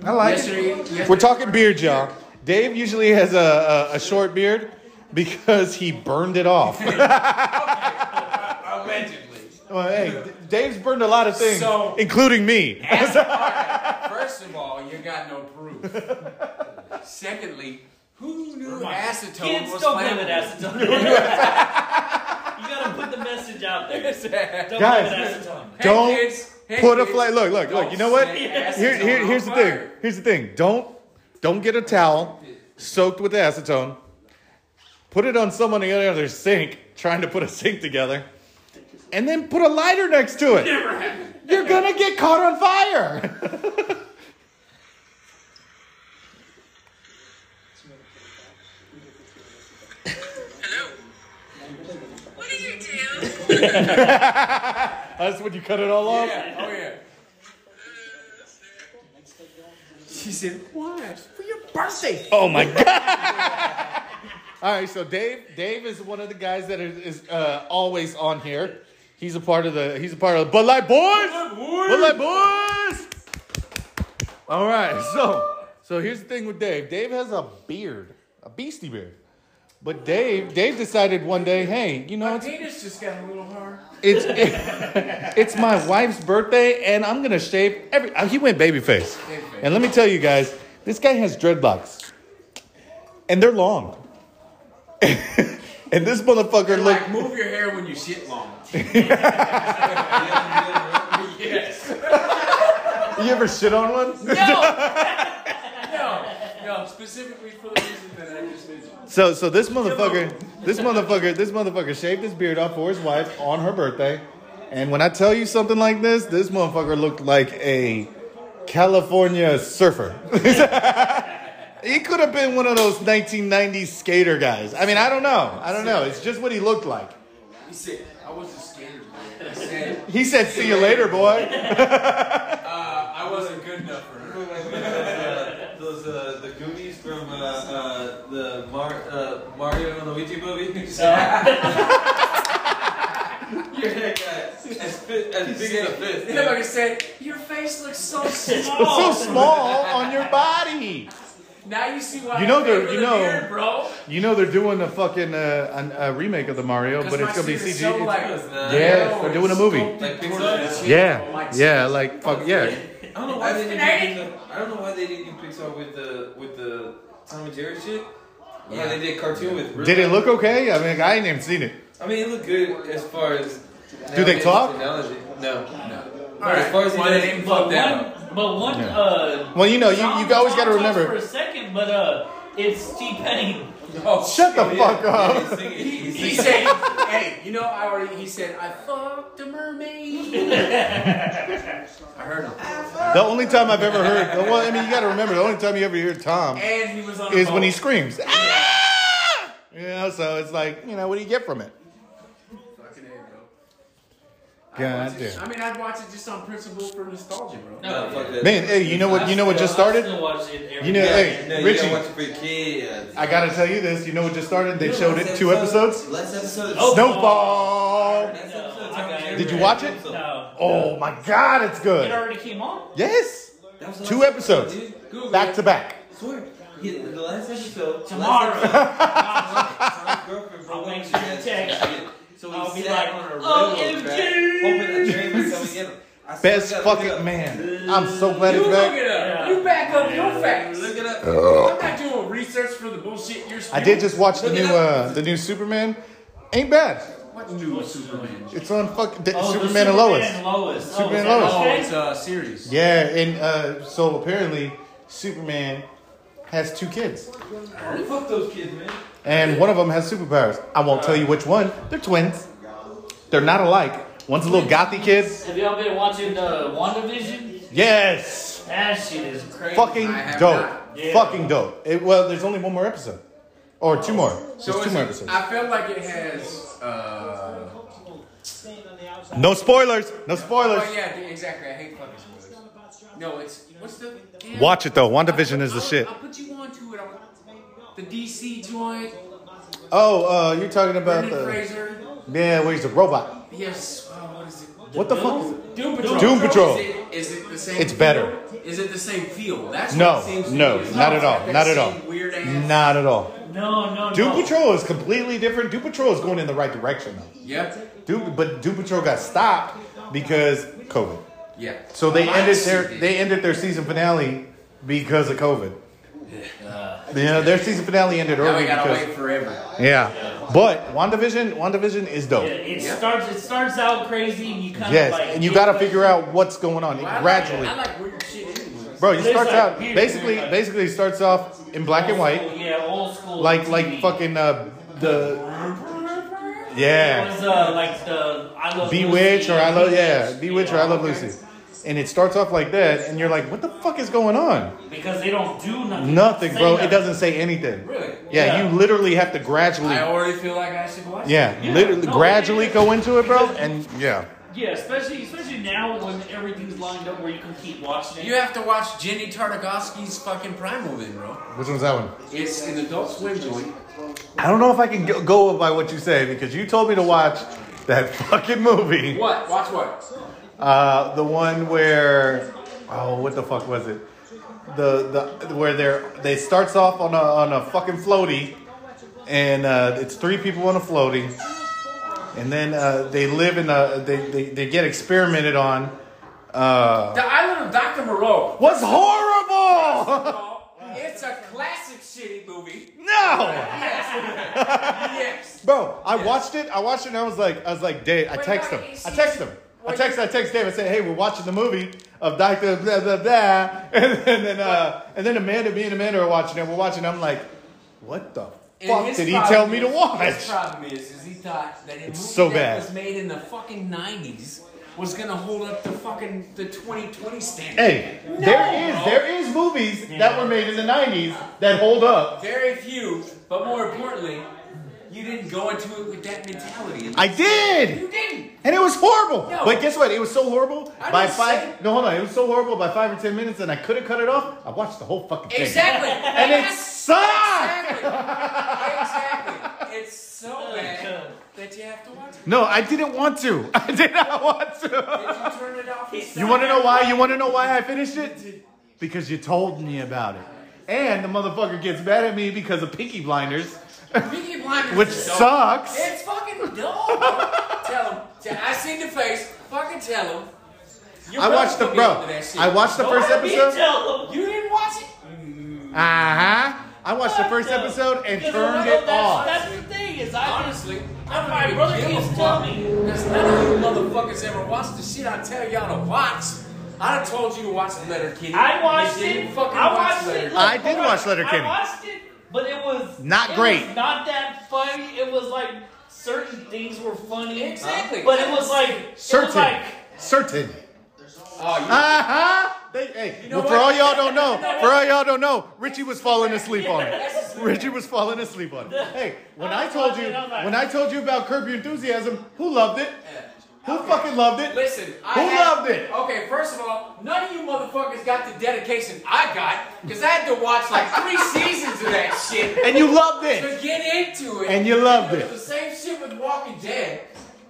S1: I like it.
S2: Yesterday, yesterday.
S1: We're talking beard, y'all. Dave usually has a, a, a short beard because he burned it off.
S2: Allegedly.
S1: well, hey, D- Dave's burned a lot of things,
S2: So-
S1: including me.
S2: First of all, you got no proof. Secondly, who knew acetone
S3: Kids
S2: was
S3: don't live
S2: flammable?
S3: in acetone. you gotta put the message out there. Don't
S1: Guys.
S3: live in acetone.
S2: Hey,
S1: Don't
S2: kids. Hey,
S1: Put a
S2: kids.
S1: flag. Look, look, look.
S2: Don't
S1: You know what?
S2: set
S1: Here,
S2: acetone
S1: here,
S2: on
S1: here's the thing.
S2: fire.
S1: Here's the thing. Don't don't get a towel soaked with acetone. Put it on someone in the other sink trying to put a sink together, and then put a lighter next to it. You're gonna get caught on fire.
S6: Hello. What are you doing?
S1: That's when you cut it all off.
S2: Yeah. Oh yeah. She said, "What for your birthday?"
S1: Oh my god! All right, so Dave, Dave is one of the guys that is, is uh, always on here. He's a part of the. He's a part of the Bud Light Boys. Bud Light Boys. All right, so so here's the thing with Dave. Dave has a beard, a beastie beard. But Dave, Dave decided one day, hey, you know,
S2: My
S1: it's
S2: penis just got a little hard.
S1: it's it's my wife's birthday, and I'm gonna shave every. uh, He went babyface, and let me tell you guys, this guy has dreadlocks, and they're long. and this motherfucker look.
S2: Like, move your hair when you shit long. yes.
S1: You ever shit on one?
S2: No, no, specifically for the reason that I just mentioned.
S1: So so this motherfucker, this motherfucker, this motherfucker shaved his beard off for his wife on her birthday, and when I tell you something like this, this motherfucker looked like a California surfer. He could have been one of those 1990s skater guys. I mean, I don't know. I don't know. It's just what he looked like.
S2: He said, I wasn't scared. man." I said,
S1: He said, "See you later, boy."
S2: uh, I wasn't good enough for her.
S4: Those uh, the Goonies from uh, uh, the Mar- uh, Mario and Luigi movie. You're that guy as, fit, as big as a fist.
S2: And everybody said, Your face looks so
S1: So
S2: small.
S1: small on your body.
S2: now you see why
S1: You know
S2: I
S1: they're-
S2: favor
S1: you
S2: the
S1: know-
S2: beard, bro.
S1: You know they're doing a fucking uh, an, a remake of the Mario, but it's gonna be CG.
S2: So like,
S4: Yeah,
S1: yes, they're doing a movie.
S4: Like Pixar?
S1: yeah, yeah, like fuck yeah.
S4: I don't know why they didn't. Do Pixar- I don't know why they didn't do Pixar with the with the Tom and Jerry shit. Yeah, they did a cartoon with. real-
S1: Did it look okay? I mean, I ain't even seen it.
S4: I mean, it looked good as far as.
S1: Do they
S4: nowadays
S1: talk?
S4: Technology. No.
S2: All right,
S4: As far as he
S2: well, they
S4: does-
S2: didn't
S3: But
S2: fuck that up.
S3: one, but one. Uh,
S1: Well, you know, you,
S3: Tom-
S1: you always got
S3: Tom
S1: to
S3: talks for
S1: remember.
S3: a second, but uh, it's Steve Penny.
S2: Oh,
S1: Shut the fuck
S4: Yeah,
S1: up.
S4: he's singing. He's
S2: He
S4: singing.
S2: said, "Hey, you know, I already." He said, "I fucked a mermaid." I heard him,
S1: The only time I've ever heard. Well, I mean, you got to remember. The only time you ever hear Tom
S2: and he was on. a
S1: is when
S2: boat.
S1: he screams. "Ah!" You know, so it's like, you know, what do you get from it?
S2: Fucking A, bro.
S1: God
S2: I'd watch it-
S1: damn.
S2: I mean, I'd watch it just on principle for nostalgia, bro.
S4: No, fuck that.
S1: Man, hey, you know what? You know what just started?
S3: Still watch it every
S1: You know,
S3: day.
S1: hey,
S4: no,
S1: Richie.
S4: You gotta watch it for your kids.
S1: I gotta tell you this. You know what just started? They showed it two episodes.
S4: Last episode.
S3: Oh.
S1: Snowfall.
S4: Last
S3: No,
S4: episode,
S3: I got it.
S1: Did you watch it?
S3: No,
S1: Oh my God, it's
S3: it
S1: good.
S3: already came on.
S1: Yes,
S4: That was the
S1: two
S4: last
S1: episodes,
S4: episode, dude. Google
S1: back
S4: it.
S1: to back.
S4: Swear. He, the last episode.
S3: Tomorrow. I'll
S4: Tom's girlfriend broke up
S3: make
S4: with
S3: sure
S4: him.
S3: you text me.
S4: So
S3: I'll
S4: he
S3: be
S4: sat
S3: like,
S4: on a
S3: "OMG."
S4: railroad track, hoping a train was coming get him. I swear
S1: Best
S4: to God, look it
S1: fucking
S4: up.
S1: man. I'm so glad
S2: You
S1: it's
S2: look
S1: back. Uh,
S2: it up.
S3: Yeah.
S2: You back up your facts.
S4: Look it up.
S2: I'm not doing research for the bullshit you're.
S1: I did just watch the
S4: Look it
S1: new
S4: up.
S1: uh, the new Superman. Ain't bad.
S2: What's new with Superman?
S1: It's on fucking
S3: Oh, the
S1: Superman, and Lois.
S3: Superman and Lois. Oh,
S1: Superman
S3: is
S1: and
S3: that
S1: Lois.
S2: Oh,
S3: okay?
S2: it's a series.
S1: Yeah, and uh, so apparently Superman has two kids,
S4: Fuck those kids, man.
S1: and one of them has superpowers. I won't tell you which one. They're twins. They're not alike. One's a little gothy kid.
S3: Have y'all been watching uh, WandaVision?
S1: Yes,
S3: That shit is crazy.
S1: fucking
S2: I have
S1: dope.
S2: not.
S3: Yeah.
S1: Fucking dope. It, well, there's only one more episode, or two more. There's
S2: So
S1: two
S2: it's
S1: more episodes.
S2: I felt like it has. Uh,
S1: No spoilers. No spoilers.
S2: oh yeah, exactly. I hate fucking spoilers. No, it's what's the damn-
S1: Watch it though. WandaVision is the
S2: I'll-
S1: shit.
S2: I'll put you on to it. I'll- the DC joint.
S1: Oh, uh, you're talking about the
S2: Brendan Fraser.
S1: yeah, where he's a robot.
S2: Yes. Uh, what is it?
S1: What the fuck? Is it?
S2: Doom Patrol.
S1: Doom Patrol.
S2: Is it, is it the same?
S1: It's better.
S2: Is it the same feel? That's
S1: No,
S2: What it seems to
S1: no,
S2: be. It's
S1: not at all,
S2: got that
S1: not at
S2: same
S1: all.
S2: Weird ass.
S1: Not at all.
S3: No, no,
S1: Doom
S3: no.
S1: Patrol is completely different. Doom Patrol is going in the right direction though.
S2: Yep.
S1: Doom, but Doom Patrol got stopped because COVID.
S2: Yeah.
S1: So they
S2: Oh, I
S1: ended
S2: see
S1: their
S2: it.
S1: they ended their season finale because of COVID. yeah, their season finale ended
S2: Now
S1: early
S2: we gotta
S1: because
S2: wait forever.
S1: yeah. But WandaVision, WandaVision is dope.
S3: Yeah, it starts. It starts out crazy, and you kind of
S1: Yes,
S3: like.
S1: and you got to figure out what's going on
S2: Well, I like-
S1: gradually,
S2: I like weird shit. anyway.
S1: bro. It
S3: There's
S1: starts
S3: like
S1: out
S3: weird-
S1: basically
S3: like-
S1: basically it starts off in black and white,
S3: Yeah, old school.
S1: like
S3: TV.
S1: like fucking uh, the
S3: It
S1: yeah
S3: was uh, like the I love
S1: Bewitch
S3: Lucy,
S1: or I love yeah
S3: Bewitched,
S1: Bewitch or
S3: yeah.
S1: I love Lucy, and it starts off like that, and you're like, what the fuck is going on?
S3: Because they don't do nothing.
S1: Nothing,
S3: Say
S1: bro. It doesn't say anything.
S2: Really?
S1: Yeah,
S3: Yeah.
S1: you literally have to gradually.
S2: I already feel like I should watch.
S1: Yeah,
S3: Yeah,
S1: literally
S3: no,
S1: gradually
S3: it is.
S1: go into it, bro, and yeah.
S3: Yeah, especially especially now when everything's lined up where you can keep watching
S2: it.
S3: it.
S2: You have to watch Jenny Tartakovsky's fucking Primal then, bro.
S1: Which one's that one?
S2: It's an Adult Swim joint.
S1: I don't know if I can go, go by what you say because you told me to watch that fucking movie.
S2: What? Watch what?
S1: Uh, the one where, oh, what the fuck was it? The the where they're they starts off on a on a fucking floaty, and uh, it's three people on a floaty, and then uh, they live in a they they, they get experimented on. Uh,
S2: The Island of Dr. Moreau.
S1: was horrible.
S2: It's a classic shitty movie.
S1: no.
S2: Yes.
S1: Bro, I watched it. I watched it and I was like, I was like, Dave, I
S2: Wait,
S1: text
S2: why
S1: him.
S2: is
S1: I
S2: he-
S1: text him. I
S2: why-
S1: text, I text Dave. I said, hey, we're watching the movie of Dr. Blah, blah, blah. And then, and then, uh, and then Amanda, me and Amanda are watching it. We're watching it. I'm like, what the
S2: And
S1: fuck
S2: his
S1: did he
S2: problem
S1: tell me to
S2: is- His
S1: watch?
S2: problem is, is he thought that a movie
S1: so
S2: that
S1: bad.
S2: was made in the fucking 90s was gonna hold up the fucking the 2020 standard.
S1: Hey, there is there is movies that were made in the 90s that hold up.
S2: Very few, but more importantly, you didn't go into it with that mentality.
S1: I did!
S2: you didn't.
S1: And it was horrible.
S2: No.
S1: But guess what? It was so horrible
S2: I
S1: by
S2: didn't
S1: five
S2: say-
S1: no hold on, it was so horrible by five or ten minutes and I could have cut it off. I watched the whole fucking thing.
S2: Exactly.
S1: And it sucked!
S2: Exactly. exactly. It's so bad that you have to watch it.
S1: No, I didn't want to. I did not want to.
S2: Did you turn it off? yourself?
S1: You want to know why? You want to know why I finished it? Because you told me about it. And the motherfucker gets mad at me because of Pinky Blinders,
S2: Peaky Blinders
S1: which
S2: is dope.
S1: sucks.
S2: It's fucking dope. tell him. Tell, I seen the face. Fucking tell him. Your
S1: I watched the
S2: brother
S1: bro.
S2: will be into that shit.
S1: I watched the first episode.
S2: You didn't watch it.
S1: Uh huh. I watched the first episode and turned it off.
S3: That's the thing is I
S2: Honestly,
S3: I'm
S2: I'm
S3: my brother keeps telling me.
S2: Because none of you motherfuckers ever watched the shit I tell y'all to watch. I done told you to watch Letterkenny.
S3: I watched
S2: You didn't
S3: it.
S2: Fucking
S3: I
S2: watch
S3: watched it.
S2: Letterkenny.
S3: Look,
S1: I did
S3: hold on.
S1: watch Letterkenny.
S3: I watched it, but it was
S1: Not
S3: it was
S1: great.
S3: not that funny. It was like certain things were funny.
S2: Exactly.
S3: But it was like it was
S1: Certain.
S3: like,
S1: Certain.
S2: Oh, you
S1: Uh huh. They, hey,
S2: know
S1: for
S2: what?
S1: all y'all don't know, for all y'all don't know, Richie was falling asleep on it. Richie was falling asleep on it. Hey, when I told you, when I told you about Curb Your Enthusiasm, who loved it? Who fucking loved it?
S2: Listen, I
S1: Who
S2: had-
S1: loved it?
S2: Okay, first of all, none of you motherfuckers got the dedication I got because I had to watch like three seasons of that shit
S1: And you loved it.
S2: to get into it.
S1: And you loved
S2: It
S1: it.
S2: was the same shit with Walking Dead.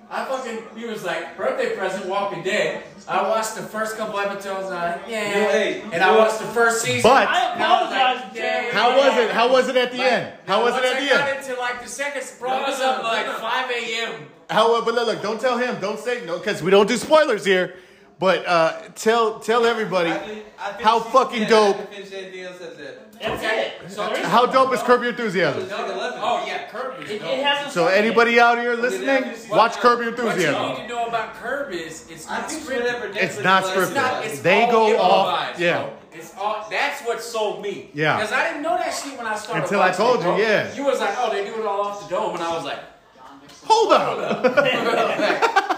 S2: I fucking, he was like, birthday present, Walking Dead. I watched the first couple episodes, and I, yeah,
S4: hey,
S2: and I watched the first season.
S1: But
S3: I apologize, Jerry.
S1: how was it? How was it at the
S2: Like,
S1: end? How was it
S2: once
S1: at
S2: I
S1: the
S2: got
S1: end?
S2: into like the second, bro, I was up like 5 a.m.
S1: How? But look, look, don't tell him. Don't say no, because we don't do spoilers here. But uh, tell tell everybody how fucking dope.
S3: That's
S2: Okay.
S3: it.
S2: So-
S3: There is-
S1: How dope is Curb Your Enthusiasm?
S2: Oh, yeah, Kirby.
S3: It, it hasn't.
S1: So
S3: started.
S1: anybody out here listening, watch Curb Your
S2: What you
S1: Enthusiasm.
S2: need to know about Curb is it's not scripted.
S1: It's not
S2: It's not. It's
S1: They
S2: all
S1: go off-
S2: improvised,
S1: yeah.
S2: bro. It's all. That's what sold me.
S1: Yeah.
S2: Because I didn't know that shit when I started.
S1: Until I
S2: watching
S1: told
S2: it,
S1: you,
S2: bro.
S1: yeah.
S2: You was like, oh, they do it all off the dome, and I was like,
S1: Hold
S2: hold
S1: up.
S2: up.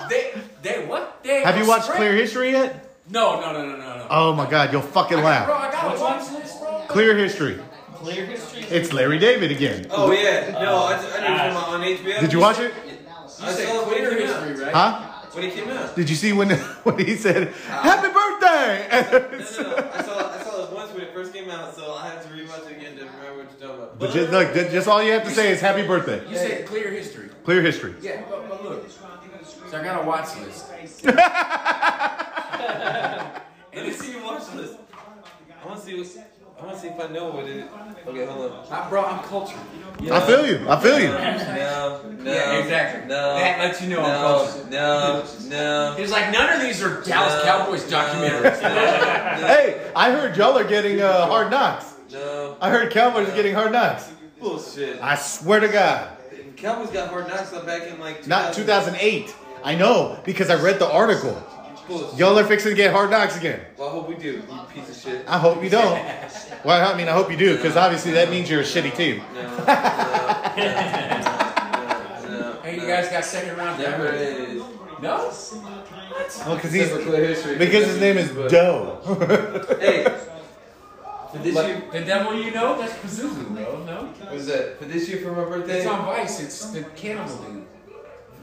S2: they, they what? They
S1: Have you
S2: have
S1: watched
S2: script?
S1: Clear History yet?
S2: No, no, no, no, no, no.
S1: Oh my God, you'll fucking
S2: Bro,
S1: laugh.
S2: I gotta watch this, bro.
S1: Clear History.
S3: Clear history.
S1: It's Larry David again.
S4: Oh yeah, no, I, I knew it was on HBO.
S1: Did you watch it?
S4: I saw it when it came out.
S2: right?
S1: Huh?
S4: When it came out.
S1: Did you see when when he said "Happy birthday"?
S4: No, no, no. I saw, I saw it once when it first came out, so I had to rewatch it again to remember what you're talking about.
S1: But just, look, that- just all you have to say is happy birthday.
S2: You said clear history.
S1: Clear history.
S2: Yeah, but, but look. So I got a watch list.
S4: Let me see your watch list. I want to see. What, I want to see if I know what it. Okay, hold on.
S2: I bro, I'm cultured.
S1: I feel you. I feel you.
S4: No, no.
S2: Yeah, exactly.
S4: No.
S2: That lets you know I'm
S4: no,
S2: close.
S4: no, no,
S2: He's like, none of these are Dallas
S4: No.
S2: Cowboys documentaries.
S1: Hey, I heard y'all are getting uh, hard knocks.
S4: no.
S1: I heard Cowboys are getting hard knocks.
S4: Bullshit.
S1: I swear to God.
S4: Cowboys got hard knocks on back in like 2000.
S1: Not 2008. I know because I read the article.
S4: Bullshit.
S1: Y'all are fixing to get hard knocks again.
S4: Well, I hope we do. You piece of shit.
S1: I hope you don't. Well, I mean, I hope you do because obviously that means you're a shitty team.
S4: No, no, no, no, no,
S2: hey, you
S4: no.
S2: guys got second round
S4: Never
S2: pick?
S4: is.
S2: No?
S1: Well, because he's
S4: Except for clear history.
S1: because his name is
S4: But-
S1: Doe.
S4: Hey. For this year,
S2: The devil you know? That's Pazuzu, bro. No?
S4: what is that? For this year for my birthday.
S2: It's on Vice. It's the cannibal dude.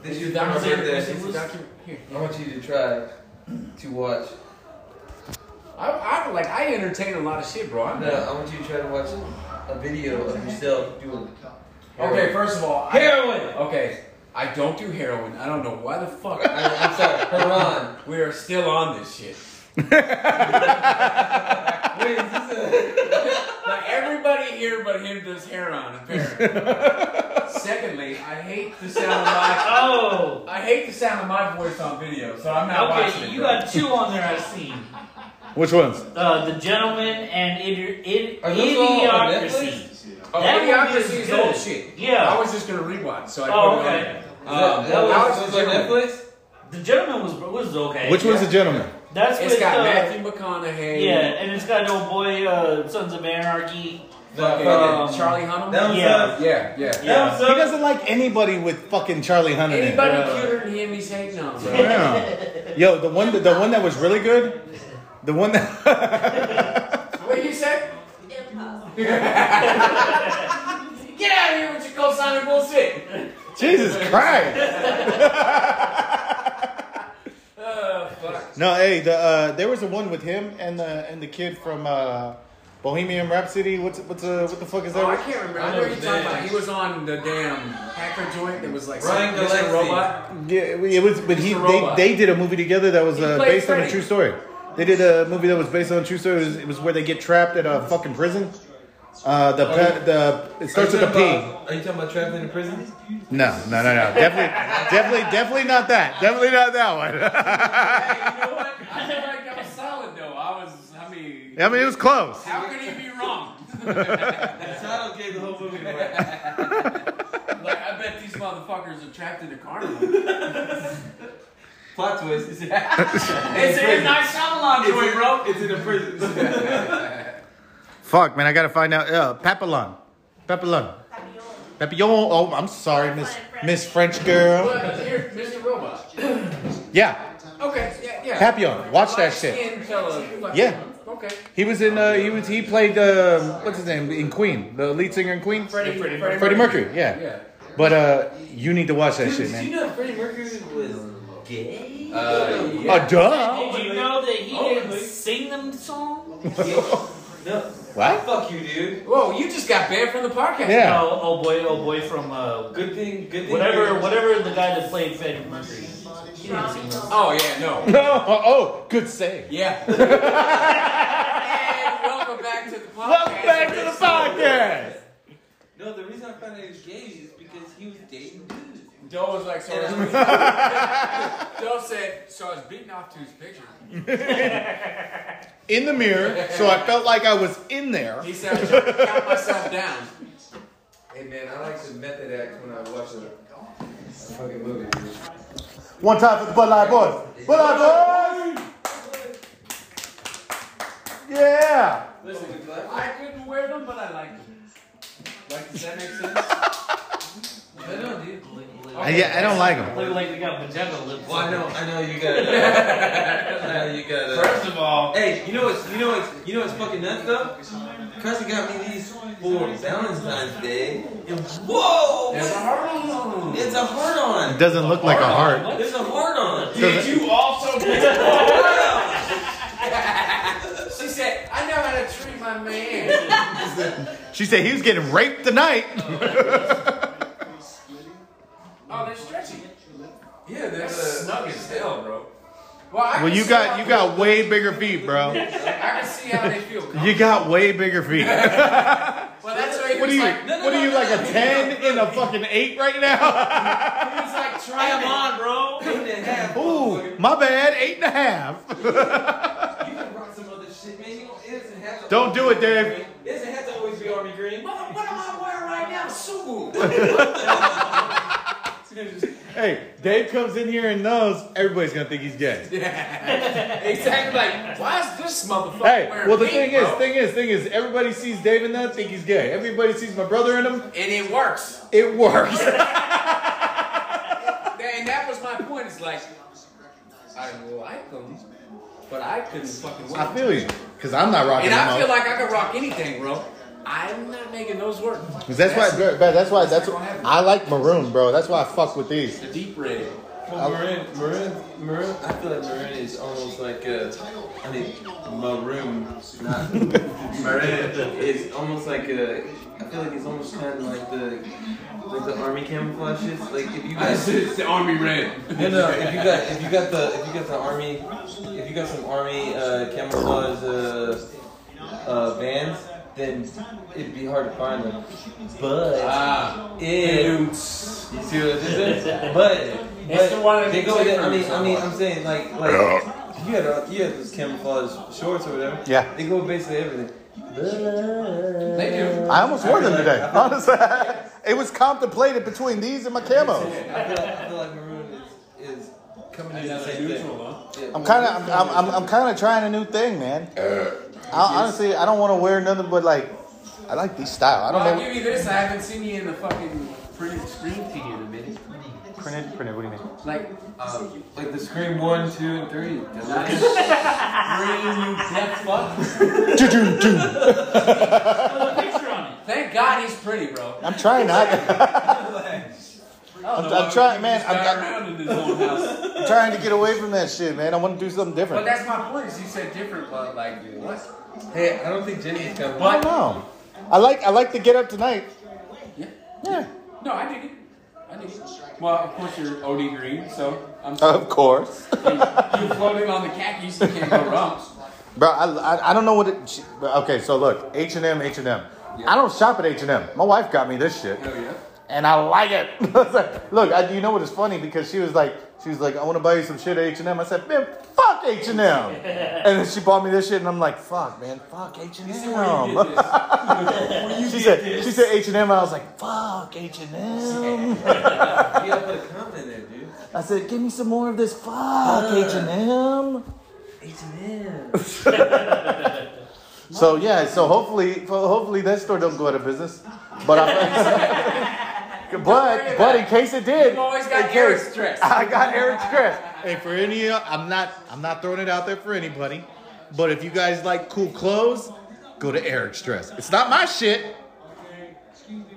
S4: This
S2: It's
S4: year
S2: a
S4: for my
S2: documentary. It's
S4: birthday.
S2: a docu- here.
S4: I want you to try to watch.
S2: I, I like I entertain a lot of shit, bro. I'm
S4: No, I want you to try to watch a video of yourself doing.
S2: Okay, first of all, I-
S4: Heroin.
S2: okay, I don't do heroin. I don't know why the fuck
S4: I, I'm sorry, Haran.
S2: we are still on this shit.
S4: Wait, is this
S2: Now everybody here but him does heroin, apparently. Secondly, I hate the sound of my
S3: Oh.
S2: I hate the sound of my voice on video, so I'm not watching it.
S3: Okay, you
S2: bro.
S3: got two on there I've seen.
S1: Which ones?
S3: Uh, the Gentleman and Idi- Id-
S4: Are those all on
S3: Idiocracy.
S2: Oh,
S3: That
S2: Idiocracy
S3: movie is
S2: is old
S3: good.
S2: shit.
S3: Yeah.
S2: I was just gonna rewatch, so I
S3: Oh,
S2: put it on
S3: okay.
S2: there.
S4: a,
S2: Um,
S4: that was,
S2: Alex
S4: was
S2: is
S4: on
S2: doing it.
S4: Netflix.
S3: The Gentleman was was okay.
S1: Which one's the gentleman?
S3: That's
S2: It's
S3: with
S2: got
S3: uh,
S2: Matthew McConaughey.
S3: Yeah, and it's got old boy uh, Sons of Anarchy.
S2: fucking
S4: Um,
S2: Charlie Hunnam.
S4: That was
S3: Yeah.
S4: uh,
S2: yeah, yeah.
S3: Yeah.
S1: He doesn't like anybody with fucking Charlie Hunnam. in it.
S2: Anybody cuter than him, he's hating on, bro.
S1: Yeah. Yo, the one that the one that was really good, the one that
S2: What did you say?
S7: Impossible.
S2: Get out of here with your co-signing bullshit.
S1: Jesus Christ.
S2: Uh, fuck.
S1: No, hey, the uh, there was the one with him and the and the kid from uh, Bohemian Rhapsody. What's what's uh, what the fuck is
S2: Oh, I
S1: that?
S2: can't remember.
S4: I
S2: I
S4: know
S2: know you're talking about.
S4: that.
S2: He was on the damn hacker joint that was like
S4: Ryan
S2: some Mr.
S4: Gillespie.
S2: Robot.
S1: Yeah, it was. But he
S2: Mr.
S1: they,
S2: Robot.
S1: they did a movie together that was
S2: He
S1: uh,
S2: played
S1: based on a
S2: Freddy.
S1: true story. They did a movie that was based on a true story. It was, it was where they get trapped at a fucking prison. Uh, the
S2: Oh.
S1: pe- the it starts
S4: Are
S1: with
S4: you
S1: a
S4: talking
S1: P.
S4: about- Are you talking about trapped in a prison?
S1: No, no, no, no. Definitely, definitely, definitely not that. Definitely not that
S2: Hey, you know what? I feel like that was solid though. I was. I mean,
S1: one. I mean, it was close.
S2: how could he be wrong?
S4: The title gave the whole movie away.
S2: Like, I bet these motherfuckers are trapped in a carnival. it's,
S4: Plot twist. It's in
S2: it's not Shyamalan joint, bro.
S4: It's in a prison.
S1: Fuck, man, I gotta find out. Uh, Papillon. Papillon. Papillon. Oh, I'm sorry, Miss Miss French girl.
S2: But here, Mr. Robot.
S1: Yeah,
S2: Okay, yeah, yeah.
S1: Papillon. Watch that shit.
S2: Light-skinned fella. Fucking-
S1: Yeah.
S2: Okay.
S1: He was in. Uh, he was. He played. Uh, what's his name in Queen? The lead singer in Queen.
S2: Freddie, Freddie, Freddie,
S1: Freddie Mercury. Yeah.
S2: Yeah.
S1: But uh, you need to watch that shit,
S4: Did
S1: man.
S4: you know Freddie Mercury was gay?
S2: Uh, yeah.
S1: Oh, duh.
S3: Did you know that he didn't
S2: Oh.
S3: sing them songs?
S4: No.
S1: What?
S4: Fuck you, dude.
S2: Whoa, you just got banned from the podcast.
S1: Yeah.
S3: Oh, oh boy, oh boy, from uh,
S4: Good thing. Good thing.
S3: whatever,
S4: you're-
S3: whatever the guy that played Freddie Mercury.
S2: Oh yeah, no.
S1: No. Oh, oh, good save.
S2: Yeah. and welcome back to the podcast.
S1: Welcome back to the podcast.
S4: No, the reason I found out he was gay is because he was dating dudes.
S2: Joe was like, so I was- Joe said, so I was beating off to his picture.
S1: In the mirror, so I felt like I was in there.
S2: He said, I was trying to count myself down.
S4: Hey man, I like to method act when I watch a, a fucking movie. dude.
S1: One time for the Bud Light Boys. Bud Light Boys! Yeah!
S4: Listen, dude, like,
S2: I couldn't wear them, but I liked them. Like, does that make sense?
S4: I know, dude.
S1: Uh, yeah, I don't like them.
S3: Look like they got vagina lips.
S4: Well, I know, I know you got. I know you got.
S3: First of all,
S4: Hey, you know what's, you know what's, you know what's fucking nuts though? Cousin got me these for Valentine's Day, and
S2: There's a
S4: whoa,
S2: heart on them.
S4: it's a heart
S1: It
S4: on.
S1: doesn't look like a heart.
S4: There's a heart on.
S1: Doesn't-
S2: you also
S4: Wow.
S2: She said, I know how to treat my man.
S1: She said he was getting raped tonight.
S2: Oh, they're stretchy. Yeah, they're uh, snug as hell, bro. Well, I
S1: Well,
S2: can
S1: you
S2: see
S1: got
S2: how
S1: you
S2: they-
S1: got way bigger feet, bro.
S2: I can see how they feel.
S1: You got way bigger feet.
S2: Well, that's why he
S1: What
S2: was
S1: are you?
S2: like, no, no,
S1: what
S2: no,
S1: are you
S2: no,
S1: like
S2: no.
S1: a ten in a fucking eight right now?
S2: He was like, try
S3: Try
S2: 'em
S3: them
S2: on.
S3: on, bro.
S4: Eight and a half.
S1: Ooh, my bad. Eight and a half.
S4: You can rock some other shit, man. You don't, it doesn't have to
S1: Don't do it, Dave.
S4: It doesn't have to always be army green.
S2: Mother, what am I wearing right now? Sugu.
S1: Hey, Dave comes in here and knows everybody's gonna think he's gay.
S2: exactly. Like, why is this motherfucker
S1: Hey,
S2: wearing
S1: well the thing
S2: pink,
S1: is,
S2: bro?
S1: thing is, thing is, everybody sees Dave in that, think he's gay. Everybody sees my brother in him,
S2: and it works.
S1: it works.
S2: And that was my point. It's like, I like them, but I couldn't fucking wear
S1: I
S2: them.
S1: feel you, cause I'm not rocking
S2: And I feel
S1: him.
S2: like I could rock anything, bro. I'm not making those work.
S1: Cause that's why, bro, that's why, that's why I like maroon, bro. That's why I fuck with these.
S2: The deep red.
S4: Well, maroon, maroon, maroon. I feel like maroon is almost like a. I mean, maroon, not maroon. is almost like a. I feel like it's almost kind of like the, like the army camouflage shit. Like if you guys.
S2: It's the army red.
S4: No, no. If you got, if you got the, if you got the army, if you got some army uh, camouflage uh, uh, bands, then it'd be hard to find them. But
S2: Ah.
S4: if you see what this is, but.
S3: It's the one
S4: But
S3: that
S4: they
S3: you
S4: go.
S3: take
S4: With, I
S2: from
S4: mean, I mean,
S2: someone.
S4: I'm saying like, like you had, uh, you had those camouflage shorts or whatever.
S1: Yeah.
S4: They go with basically everything.
S2: They do.
S1: I almost wore them today. Honestly, it was contemplated between these and my camo.
S4: I feel, I feel like maroon is, is coming in the same thing.
S2: huh?
S4: Yeah,
S1: I'm kind of, I'm, I'm, I'm kind of trying a new thing, man. I, honestly, I don't want to wear nothing but like, I like these style. I
S2: Well,
S1: don't
S2: I'll
S1: know.
S2: give you this. I haven't seen you in the fucking printed screen to you in a minute.
S1: Printed, printed. What do you mean?
S2: Like, uh,
S4: like the scream one, two, and three.
S2: not as green, you deaf fuck.
S3: Put a picture on it.
S2: Thank God he's pretty, bro.
S1: I'm trying not. I'm, I'm trying, man.
S2: He's got
S1: I'm,
S2: around in his own house.
S1: I'm trying to get away from that shit, man. I want to do something
S2: But
S1: different.
S2: that's my point. Is you said different, but like what?
S4: Hey, I don't think Jenny's coming.
S1: I don't know. I like, I like to get up tonight.
S2: Yeah.
S1: Yeah,
S2: No, I dig it. I dig it. Well, of course you're OD green, so I'm
S1: of course,
S2: you floating on the khakis. You can't go wrong.
S1: bro. I, I, I don't know what. It, sh- bro, okay, so look, H and M, H and M. I don't shop at H and M. My wife got me this shit.
S2: Hell yeah.
S1: and I like it. I was like, Look, I, you know what is funny because she was like, she was like, I want to buy you some shit at H and M. I said, man, fuck H and M. And then she bought me this shit, and I'm like, fuck, man, fuck H and M. She said, she said H and M, and I was like, fuck H and M.
S4: You gotta put a comment there, dude.
S1: I said, give me some more of this, fuck H and M.
S4: H and M.
S1: So yeah, so hopefully, so hopefully that store don't go out of business. But I'm, but but in case it did,
S2: You've always
S1: in
S2: got
S1: case-
S2: Eric's dress.
S1: I got Eric's dress. Hey, for any, I'm not, I'm not throwing it out there for anybody, but if you guys like cool clothes, go to Eric's dress. It's not my shit,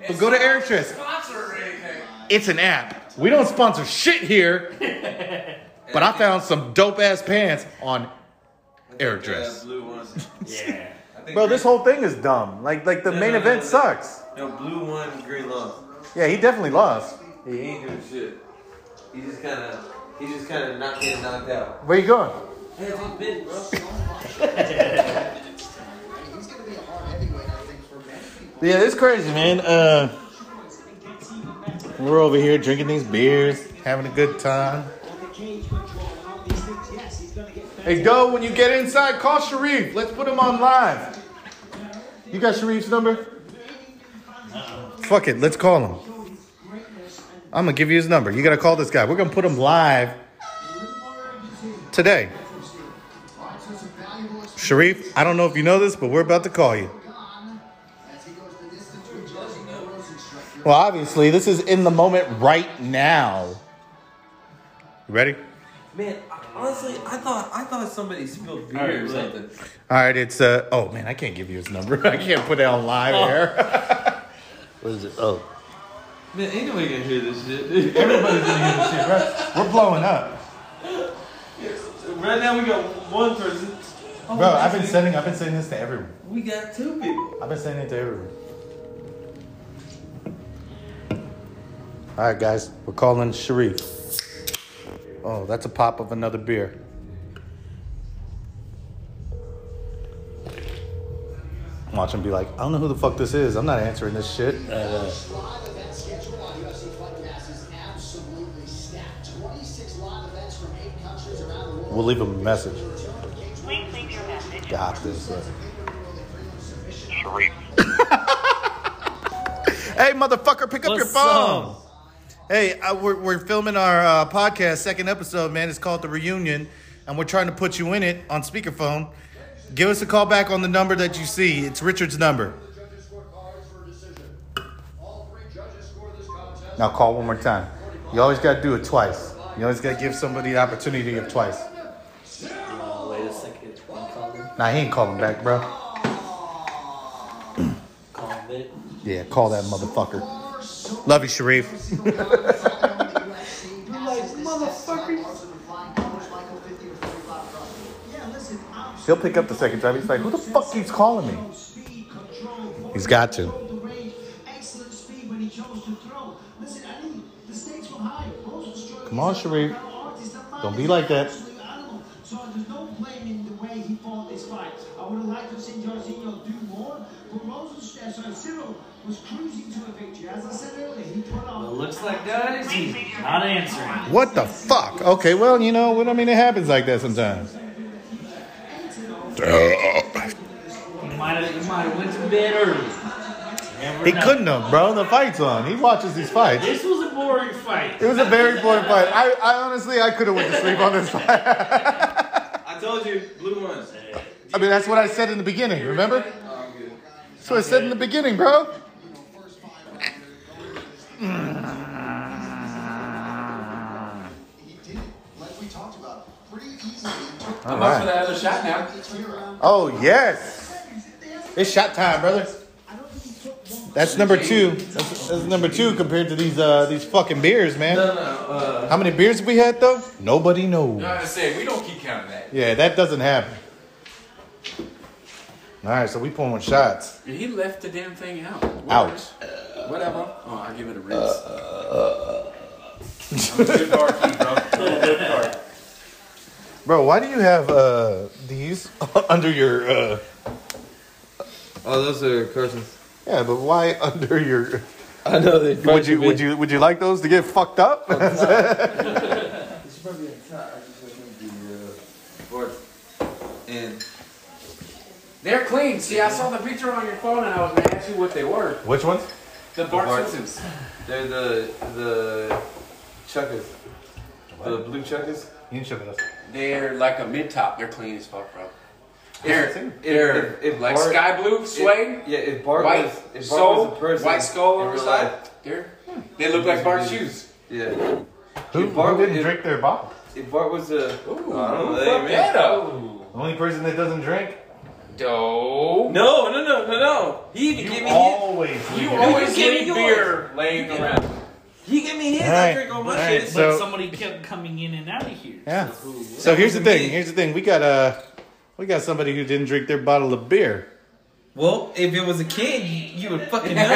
S1: but go to Eric's dress.
S2: Sponsor or anything.
S1: It's an app. We don't sponsor shit here, but I found some dope ass pants on Eric dress.
S4: Uh, blue one.
S3: Yeah.
S4: I think
S1: Bro, this whole thing is dumb. Like, like the
S4: No,
S1: main
S4: no, no,
S1: event
S4: no.
S1: sucks.
S4: No, blue one, green love.
S1: Yeah, he definitely lost.
S4: He ain't doing shit. He just kind of, he just kind of not getting knocked out.
S1: Where you going?
S4: Hey, it's all big, bro.
S5: He's going to be a hard heavyweight, I think, for many people.
S1: Yeah, it's crazy, man. Uh, we're over here drinking these beers, having a good time. Hey, go when you get inside. Call Sharif. Let's put him on live. You got Sharif's number? Fuck it. Let's call him. I'm gonna give you his number. You gotta call this guy. We're gonna put him live today. Sharif, I don't know if you know this, but we're about to call you. Well, obviously, this is in the moment right now. You ready?
S4: Man, I- honestly, I thought, I thought somebody spilled beer or something.
S1: All right, it's uh oh man, I can't give you his number. I can't put it on live air. Oh. what is it? Oh,
S4: Man, ain't nobody gonna hear this shit. Everybody's gonna hear this shit.
S1: we're blowing up,
S4: Right now we got one person.
S1: bro. I've been sending, I've been sending this to everyone.
S4: Oh, We got two people.
S1: I've been sending it to everyone. All right, guys, we're calling Sharif. Oh, that's a pop of another beer. Watch him be like, I don't know who the fuck this is. I'm not answering this shit.
S7: live event schedule on UFC Fight Pass is absolutely stacked. 26 live events from eight countries around the world.
S1: We'll leave him a message.
S8: Please leave your message.
S1: Got this. uh,
S9: Sharif.
S1: Hey, motherfucker, pick up
S3: What's
S1: your phone. Hey, uh, we're, we're filming our uh, podcast, second episode, man. It's called The Reunion, and we're trying to put you in it on speakerphone. Give us a call back on the number that you see. It's Richard's number.
S5: The judges score cards for a decision. All three judges score this contest.
S1: Now call one more time. You always got to do it twice. You always got to give somebody the opportunity to give twice.
S4: Wait a second. I'm calling.
S1: Nah, he ain't calling back, bro.
S4: Calling it.
S1: Yeah, call that motherfucker. Love you, Sharif. He'll pick up the second time. He's like, who the fuck keeps calling me? He's got to. Come on, Sharif. Don't be like that.
S7: So there's no blaming the way he fought this fight. I would have liked to have seen Jorginho do more, but Rosenstein, so Cyril was cruising to a victory. As I said earlier, he put on.
S4: It looks like that is
S8: Please leave your
S3: Not answering.
S1: What the fuck? Okay, well, you know, what I mean, it happens like that sometimes.
S3: He might have, he might have went to bed early. Never
S1: He
S3: know.
S1: couldn't have, bro. The fight's on. He watches these fights.
S3: This was a boring fight.
S1: It was a very boring fight. I, I honestly, I could have went to sleep on this fight.
S4: I told you, blue ones.
S1: I mean, that's what I said in the beginning. Remember?
S4: Oh, I'm good.
S1: That's what I said in the beginning, bro.
S7: He did it, like we talked about, pretty easily.
S1: All
S2: I'm up
S1: right.
S2: for that other shot now.
S1: Oh yes, it's shot time, brother. That's number two. That's, that's number two compared to these uh these fucking beers, man.
S4: No, no. Uh,
S1: How many beers have we had though? Nobody knows.
S2: No, I say we don't keep counting that.
S1: Yeah, that doesn't happen. All right, so we pulling shots.
S2: He left the damn thing out.
S1: Out. Uh.
S2: Whatever. Oh, I'll give it a rinse. I'm a good barkeep, bro. I'm a good barkeep.
S1: Bro, why do you have uh these under your uh
S4: oh, those are Carson's.
S1: yeah, but why under your
S4: I know they.
S1: would you Uh, would you would you like those to get fucked up?
S4: It's probably a tie. I just want to be uh, fourth. And
S2: They're clean. See, I saw the picture on your phone and I was gonna ask you what they were.
S1: Which ones?
S2: The Bart,
S4: Bart.
S2: Simpsons.
S4: they're the the chuckers. The blue chuckers.
S1: You show me those.
S2: They're like a mid top. They're clean as fuck, bro.
S1: Is it
S2: They're,
S1: too?
S2: they're
S4: If- if
S2: like
S4: Bart-
S2: sky blue, suede,
S4: If, yeah, if Bart
S2: white
S4: was if Bart
S2: soul,
S4: was a person,
S2: white skull
S4: in
S2: on the
S4: real
S2: side.
S4: life,
S2: They're, they look like Bart's shoes.
S4: Yeah.
S1: Who,
S4: If Bart
S1: who
S4: would-
S1: didn't
S4: if-
S1: drink their bottle?
S4: If Bart was a.
S2: Ooh,
S4: I don't know,
S2: fuck
S4: they Oh.
S2: that
S4: ain't
S2: up.
S1: The only person that doesn't drink.
S2: No.
S4: No, no, no, no, no. He even gave me his.
S2: You
S1: leave.
S2: always
S4: give me
S2: leave
S4: yours.
S2: beer laying around.
S4: He gave me his.
S1: All right,
S4: I drink
S1: all
S4: all my
S1: right.
S4: shit.
S1: So-
S3: but somebody kept coming in and out of here.
S1: Yeah. So here's the thing. Here's the thing. We got uh, we got somebody who didn't drink their bottle of beer.
S4: Well, if it was a kid, you, you would fucking know.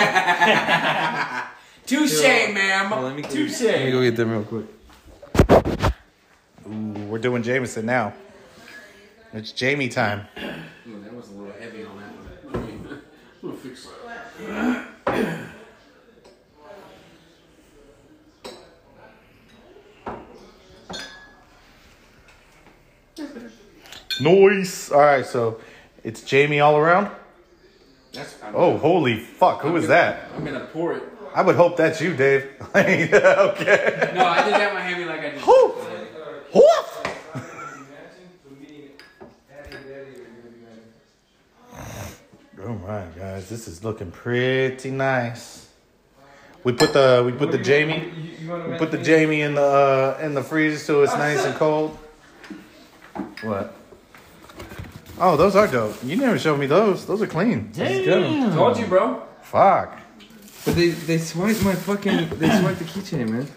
S2: Touche, ma'am.
S4: Let me go
S2: Touche.
S4: get them real quick.
S1: Ooh, we're doing Jameson now. It's Jamie time.
S2: That was a little heavy on that one. I'm gonna fix that.
S1: Noise. All right. So it's Jamie all around.
S2: That's, I'm,
S1: Oh, holy fuck! Who is that?
S2: I'm gonna pour it.
S1: I would hope that's you, Dave. okay.
S2: No, I did that my hand like I just.
S1: Who? Woof. Oh my guys, this is looking pretty nice. We put the we put the Jamie we put the Jamie in the uh, in the freezer so it's nice and cold. What? Oh, those are dope. You never showed me those. Those are clean.
S4: Damn.
S2: Told you, bro.
S1: Fuck.
S4: But they they swiped my fucking they swiped the keychain, man.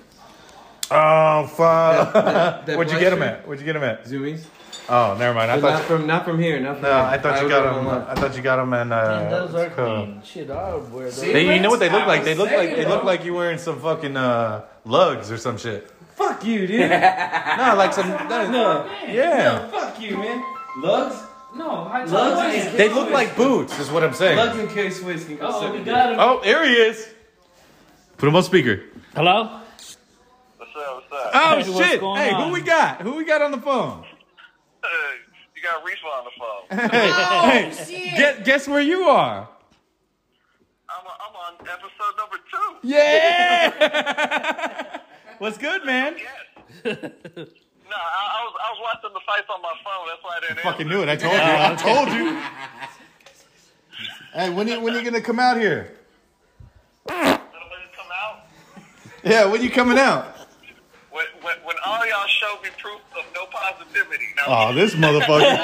S1: Oh fuck.
S4: That- that
S1: Where'd you get them
S4: black
S1: at? Where'd you get them at?
S4: Zoomies.
S1: Oh, never mind. I
S4: But not
S1: thought.
S4: from not from here. Not from
S1: No,
S4: here.
S1: I thought you got
S4: ordered
S1: them.
S4: online.
S1: I thought you got them in.
S10: Man,
S1: Uh,
S10: those
S1: what's
S10: are
S1: it called?
S10: clean. Shit, I would wear those.
S1: They, you know what they
S2: I
S1: look like? They
S2: was
S1: look like
S2: saying,
S1: they look
S2: bro.
S1: like you wearing some fucking uh, lugs or some shit.
S4: Fuck you, dude. no,
S1: No, like some. no,
S10: Man,
S1: yeah,
S4: fuck you, man. Lugs,
S10: No, I don't
S4: lugs,
S10: like
S4: and
S10: it.
S1: they look like boots. Is what I'm
S4: lugs
S1: saying.
S4: and K Swiss can go
S10: Oh,
S4: suck
S10: we
S4: a
S10: got him.
S1: Oh, here he is. Put him on speaker.
S10: Hello?
S9: What's up? What's up?
S1: Oh
S10: Hey, what's
S1: shit!
S10: going
S1: Hey,
S10: on?
S1: who we got? Who we got on the phone?
S9: you got Reefa on the phone.
S1: Hey, hey, guess, guess where you are?
S9: I'm, I'm on episode number two.
S1: Yeah. What's good, man?
S9: Yes. no, I, I was I was watching the fights on my phone. That's why I didn't.
S1: Fucking
S9: answer.
S1: knew it. I told you. I told you. Hey, when you, when you gonna come out here?
S9: Nobody come out.
S1: Yeah, when you coming out?
S9: When, when, when all y'all show me proof of no positivity. Now,
S1: Oh, this motherfucker.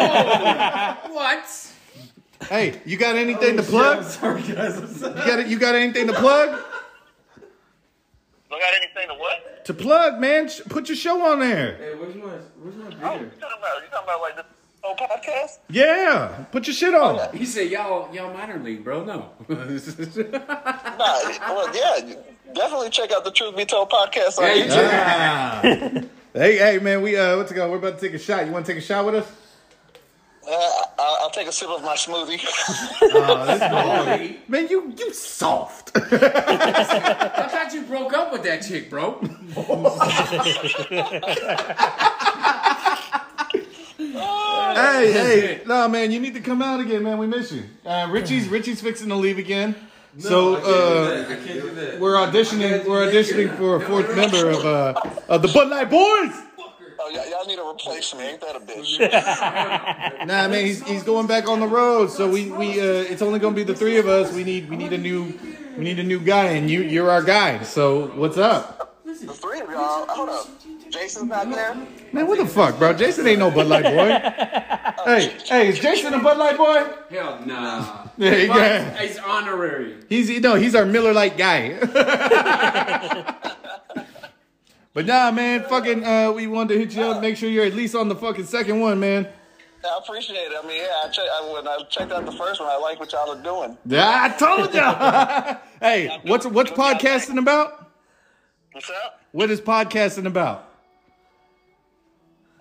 S2: What?
S1: hey, you got anything to plug?
S4: Sorry guys, I'm sorry.
S1: You got it- you got anything to plug?
S9: don't got anything to what?
S1: To plug, man. Sh- Put your show on there.
S4: Hey, where's my where's my
S9: Oh,
S4: beer?
S9: you talking about you talking about like this whole podcast?
S1: Yeah, put your shit on.
S2: He said, y'all, y'all minor league, bro. No.
S9: Nah, well, yeah, definitely check out the Truth Be Told podcast on
S2: Yeah, you
S9: YouTube.
S2: check-
S1: Ah. hey, hey, man. We uh, what's it called? We're about to take a shot. You want to take a shot with us?
S9: Uh, I'll, I'll take a sip of my smoothie.
S1: Oh, this motherfucker. man, you you soft.
S2: I thought you broke up with that chick, bro.
S1: hey, hey, no, man, you need to come out again, man. We miss you. Uh, Richie's Richie's fixing to leave again. so
S4: I can't
S1: uh,
S4: do that. I can't do that.
S1: we're auditioning. We're auditioning for a fourth member of uh, of the Bud Light Boys.
S9: Oh, y'all, y'all need a replacement. Ain't that a bitch?
S1: Nah, man, he's, he's going back on the road, so we we uh, it's only gonna be the three of us. We need we need a new we need a new guy, and you you're our guy. So what's up,
S9: The three of y'all. Hold up. Jason's not there.
S1: man? What the fuck, bro? Jason ain't no Bud Light boy. Hey, hey, is Jason a Bud Light boy?
S2: Hell nah.
S1: There you go.
S2: But It's honorary.
S1: He's you know he's our Miller Lite guy. but nah, man, fucking, uh, we wanted to hit you up. Make sure you're at least on the fucking second one, man.
S9: I appreciate it. I mean, yeah, I, che- I when I checked out the first one, I like what y'all are doing.
S1: Yeah, I told ya. hey, what's what's podcasting about?
S9: What's up?
S1: What is podcasting about?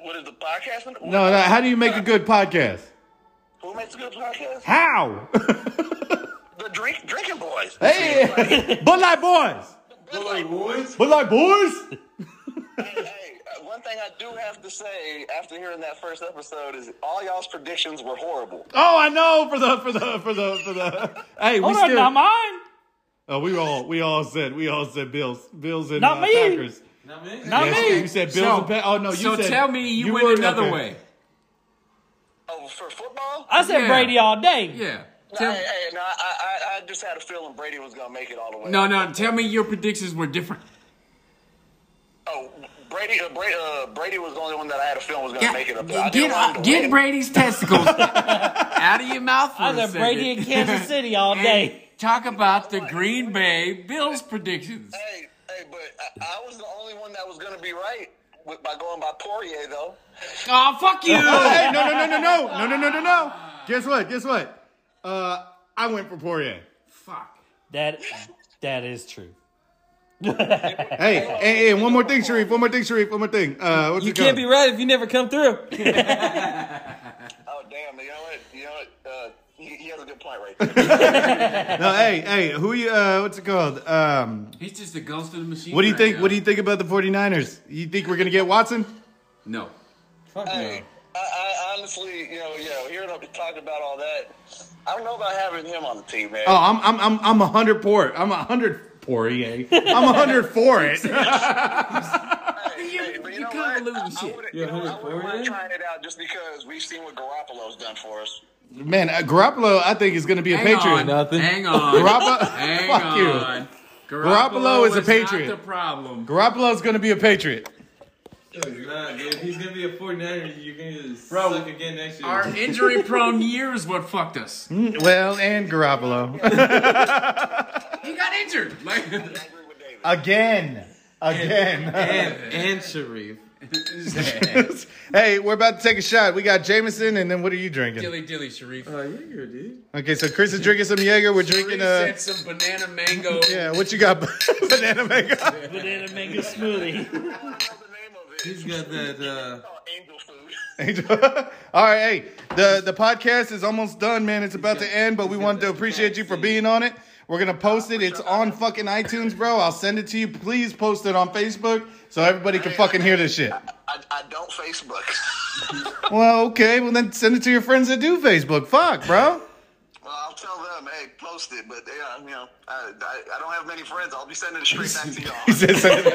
S9: What is the podcast?
S1: No, no. How do you make a good podcast?
S9: Who makes a good podcast?
S1: How?
S9: The drink drinking boys.
S1: hey, Bud Light boys.
S9: Bud Light boys.
S1: Bud Light boys.
S9: Hey, hey, uh, one thing I do have to say after hearing that first episode is all y'all's predictions were horrible.
S1: Oh, I know for the for the for the for the. Hey, we
S10: Hold on,
S1: still.
S10: not mine.
S1: oh, we all we all said we all said Bills Bills and
S10: Not
S1: uh,
S10: me.
S1: Packers.
S4: Not me.
S10: Not
S1: Yes,
S10: me.
S1: You said Bills
S2: So-
S1: and Packers. Oh no, you
S2: so
S1: said
S2: tell me you,
S1: were
S2: went
S1: up
S2: another
S1: there.
S2: way.
S9: Oh, for football?
S10: I said
S2: Yeah.
S10: Brady all day.
S2: Yeah.
S9: No,
S2: Tell,
S9: hey, hey, no, I, I, I just had a feeling Brady was gonna make it all the way.
S2: no, no. Tell me your predictions were different.
S9: Oh, Brady, uh, Brady, uh, Brady was the only one that I had a feeling was gonna
S2: Yeah,
S9: make it up there. I
S2: Get,
S9: didn't
S2: get,
S9: want him to
S2: get
S9: win.
S2: Brady's testicles out of your mouth for
S10: I
S2: a
S10: said
S2: second.
S10: Brady in Kansas City all
S2: And
S10: day.
S2: Talk about the Green Bay Bills predictions.
S9: Hey, hey, but I, I was the only one that was gonna be right with, by going by Poirier, though.
S2: Oh, fuck you.
S1: Hey, no, no, no, no, no, no, no, no, no, no. Guess what? Guess what? Uh, I went for Poirier.
S2: fuck.
S10: That that is true.
S1: Hey, hey, hey, one more thing, Sharif. One more thing, Sharif. One more thing. Uh, what's
S4: You
S1: it
S4: can't
S1: called?
S4: be right if you never come through.
S9: Oh, damn! You know what? You know what? Uh, he, he has a good point right there.
S1: No, hey, hey, who you? Uh, what's it called? Um,
S2: He's just a ghost of the machine.
S1: what do you
S2: right
S1: think?
S2: now.
S1: What do you think about the 49ers? You think we're gonna get Watson?
S2: No.
S4: Fuck
S9: hey, I, I honestly, you know, you know, hearing him talk about all that, I don't know about having him on the team, man.
S1: Oh, I'm I'm I'm I'm a hundred poor. I'm a hundred Poirier. I'm a hundred for it.
S9: Hey,
S2: You-
S9: hey, but
S2: you
S9: know
S2: convoluting
S9: what? I-
S2: shit.
S9: I wouldn't,
S4: You're
S9: you know, I
S4: 104,
S9: wouldn't mind
S4: yeah?
S9: trying it out just because we've seen what Garoppolo's done for us.
S1: Man, uh, Garoppolo, I think is gonna be a
S2: Hang on.
S1: Patriot.
S4: Nothing.
S2: Hang on.
S1: Garoppolo,
S2: Hang
S1: fuck
S2: on.
S1: you.
S2: Garoppolo
S1: Garoppolo is a
S2: Not
S1: patriot.
S2: the problem.
S1: Garoppolo's gonna be a Patriot.
S4: no. Nah, dude. He's gonna be a 49er. You're gonna just
S2: Bro,
S4: suck again next year.
S2: Our injury-prone year is what fucked us.
S1: Well, and Garoppolo
S2: He got injured. Like,
S9: I agree with David.
S1: again, again.
S4: and, and Sharif.
S1: hey, we're about to take a shot. We got Jameson, and then what are you drinking?
S2: Dilly dilly, Sharif.
S4: Oh, Jaeger, dude.
S1: Okay, so Chris is drinking some Jaeger. We're drinking
S2: Sharif
S1: uh,
S2: said some banana mango.
S1: yeah. What you got? Banana mango.
S10: Banana mango smoothie.
S4: He's got that. Uh,
S1: Angel. All right, hey, the the podcast is almost done, man. It's about to end, but we wanted to appreciate you for being on it. We're gonna post it. It's on fucking iTunes, bro. I'll send it to you. Please post it on Facebook so everybody can fucking hear this shit.
S9: I, I don't Facebook.
S1: Well, okay. Well, then send it to your friends that do Facebook. Fuck, bro.
S9: well, I'll tell them, hey, post it. But yeah, you know, I, I, I don't have many friends. I'll be sending it straight back to
S1: He
S9: y'all.
S1: said something.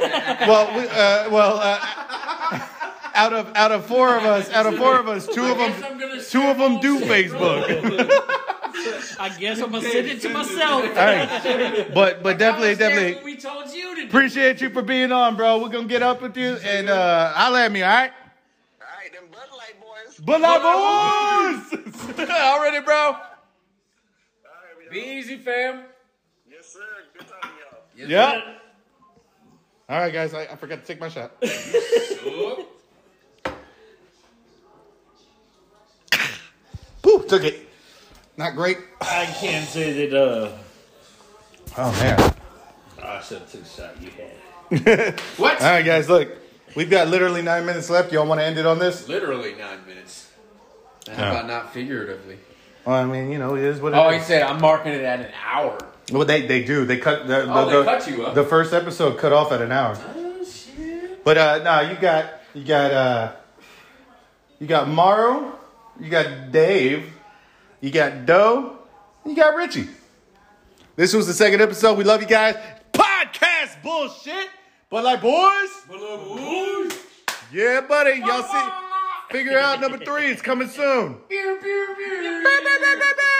S1: Well, we, uh, well, uh, out of out of four of us, out of four of us, two of
S2: guess I'm
S1: them,
S2: gonna
S1: two of them do Facebook.
S10: I guess I'm gonna send it to myself.
S1: All right, but but definitely,
S2: Understand
S1: definitely.
S2: What we told you to do.
S1: Appreciate you for being on, bro. We're gonna get up with you and uh holla at me, all right?
S9: All right, them Bud Light boys.
S1: But I boys! Already, bro.
S9: All right, we
S2: Be easy, fam.
S9: Yes, sir. Good talking to y'all.
S1: Yep. All right, guys. I, I forgot to take my shot.
S2: Oh,
S1: Whew, took it. Not great.
S3: I can't say that. Uh,
S1: Oh man.
S3: I should have took a shot. You had. it.
S2: What?
S1: All right, guys. Look, we've got literally nine minutes left. Y'all want to end it on this?
S2: Literally nine minutes. How about not figuratively?
S1: Well, I mean, you know, it is what it
S2: Oh, he
S1: is.
S2: said I'm marking it at an hour.
S1: Well, they they do. They cut the, the,
S2: Oh, they
S1: the-
S2: cut you up.
S1: the first episode cut off at an hour.
S2: Oh shit.
S1: But uh no, you got you got uh you got Morrow, you got Dave, you got Doe, and you got Richie. This was the second episode. We love you guys. Podcast bullshit. But like boys, yeah, buddy. Y'all see figure out number three, it's coming soon.
S2: Beer, beer, beer.
S1: Bye, bye, bye, bye, bye.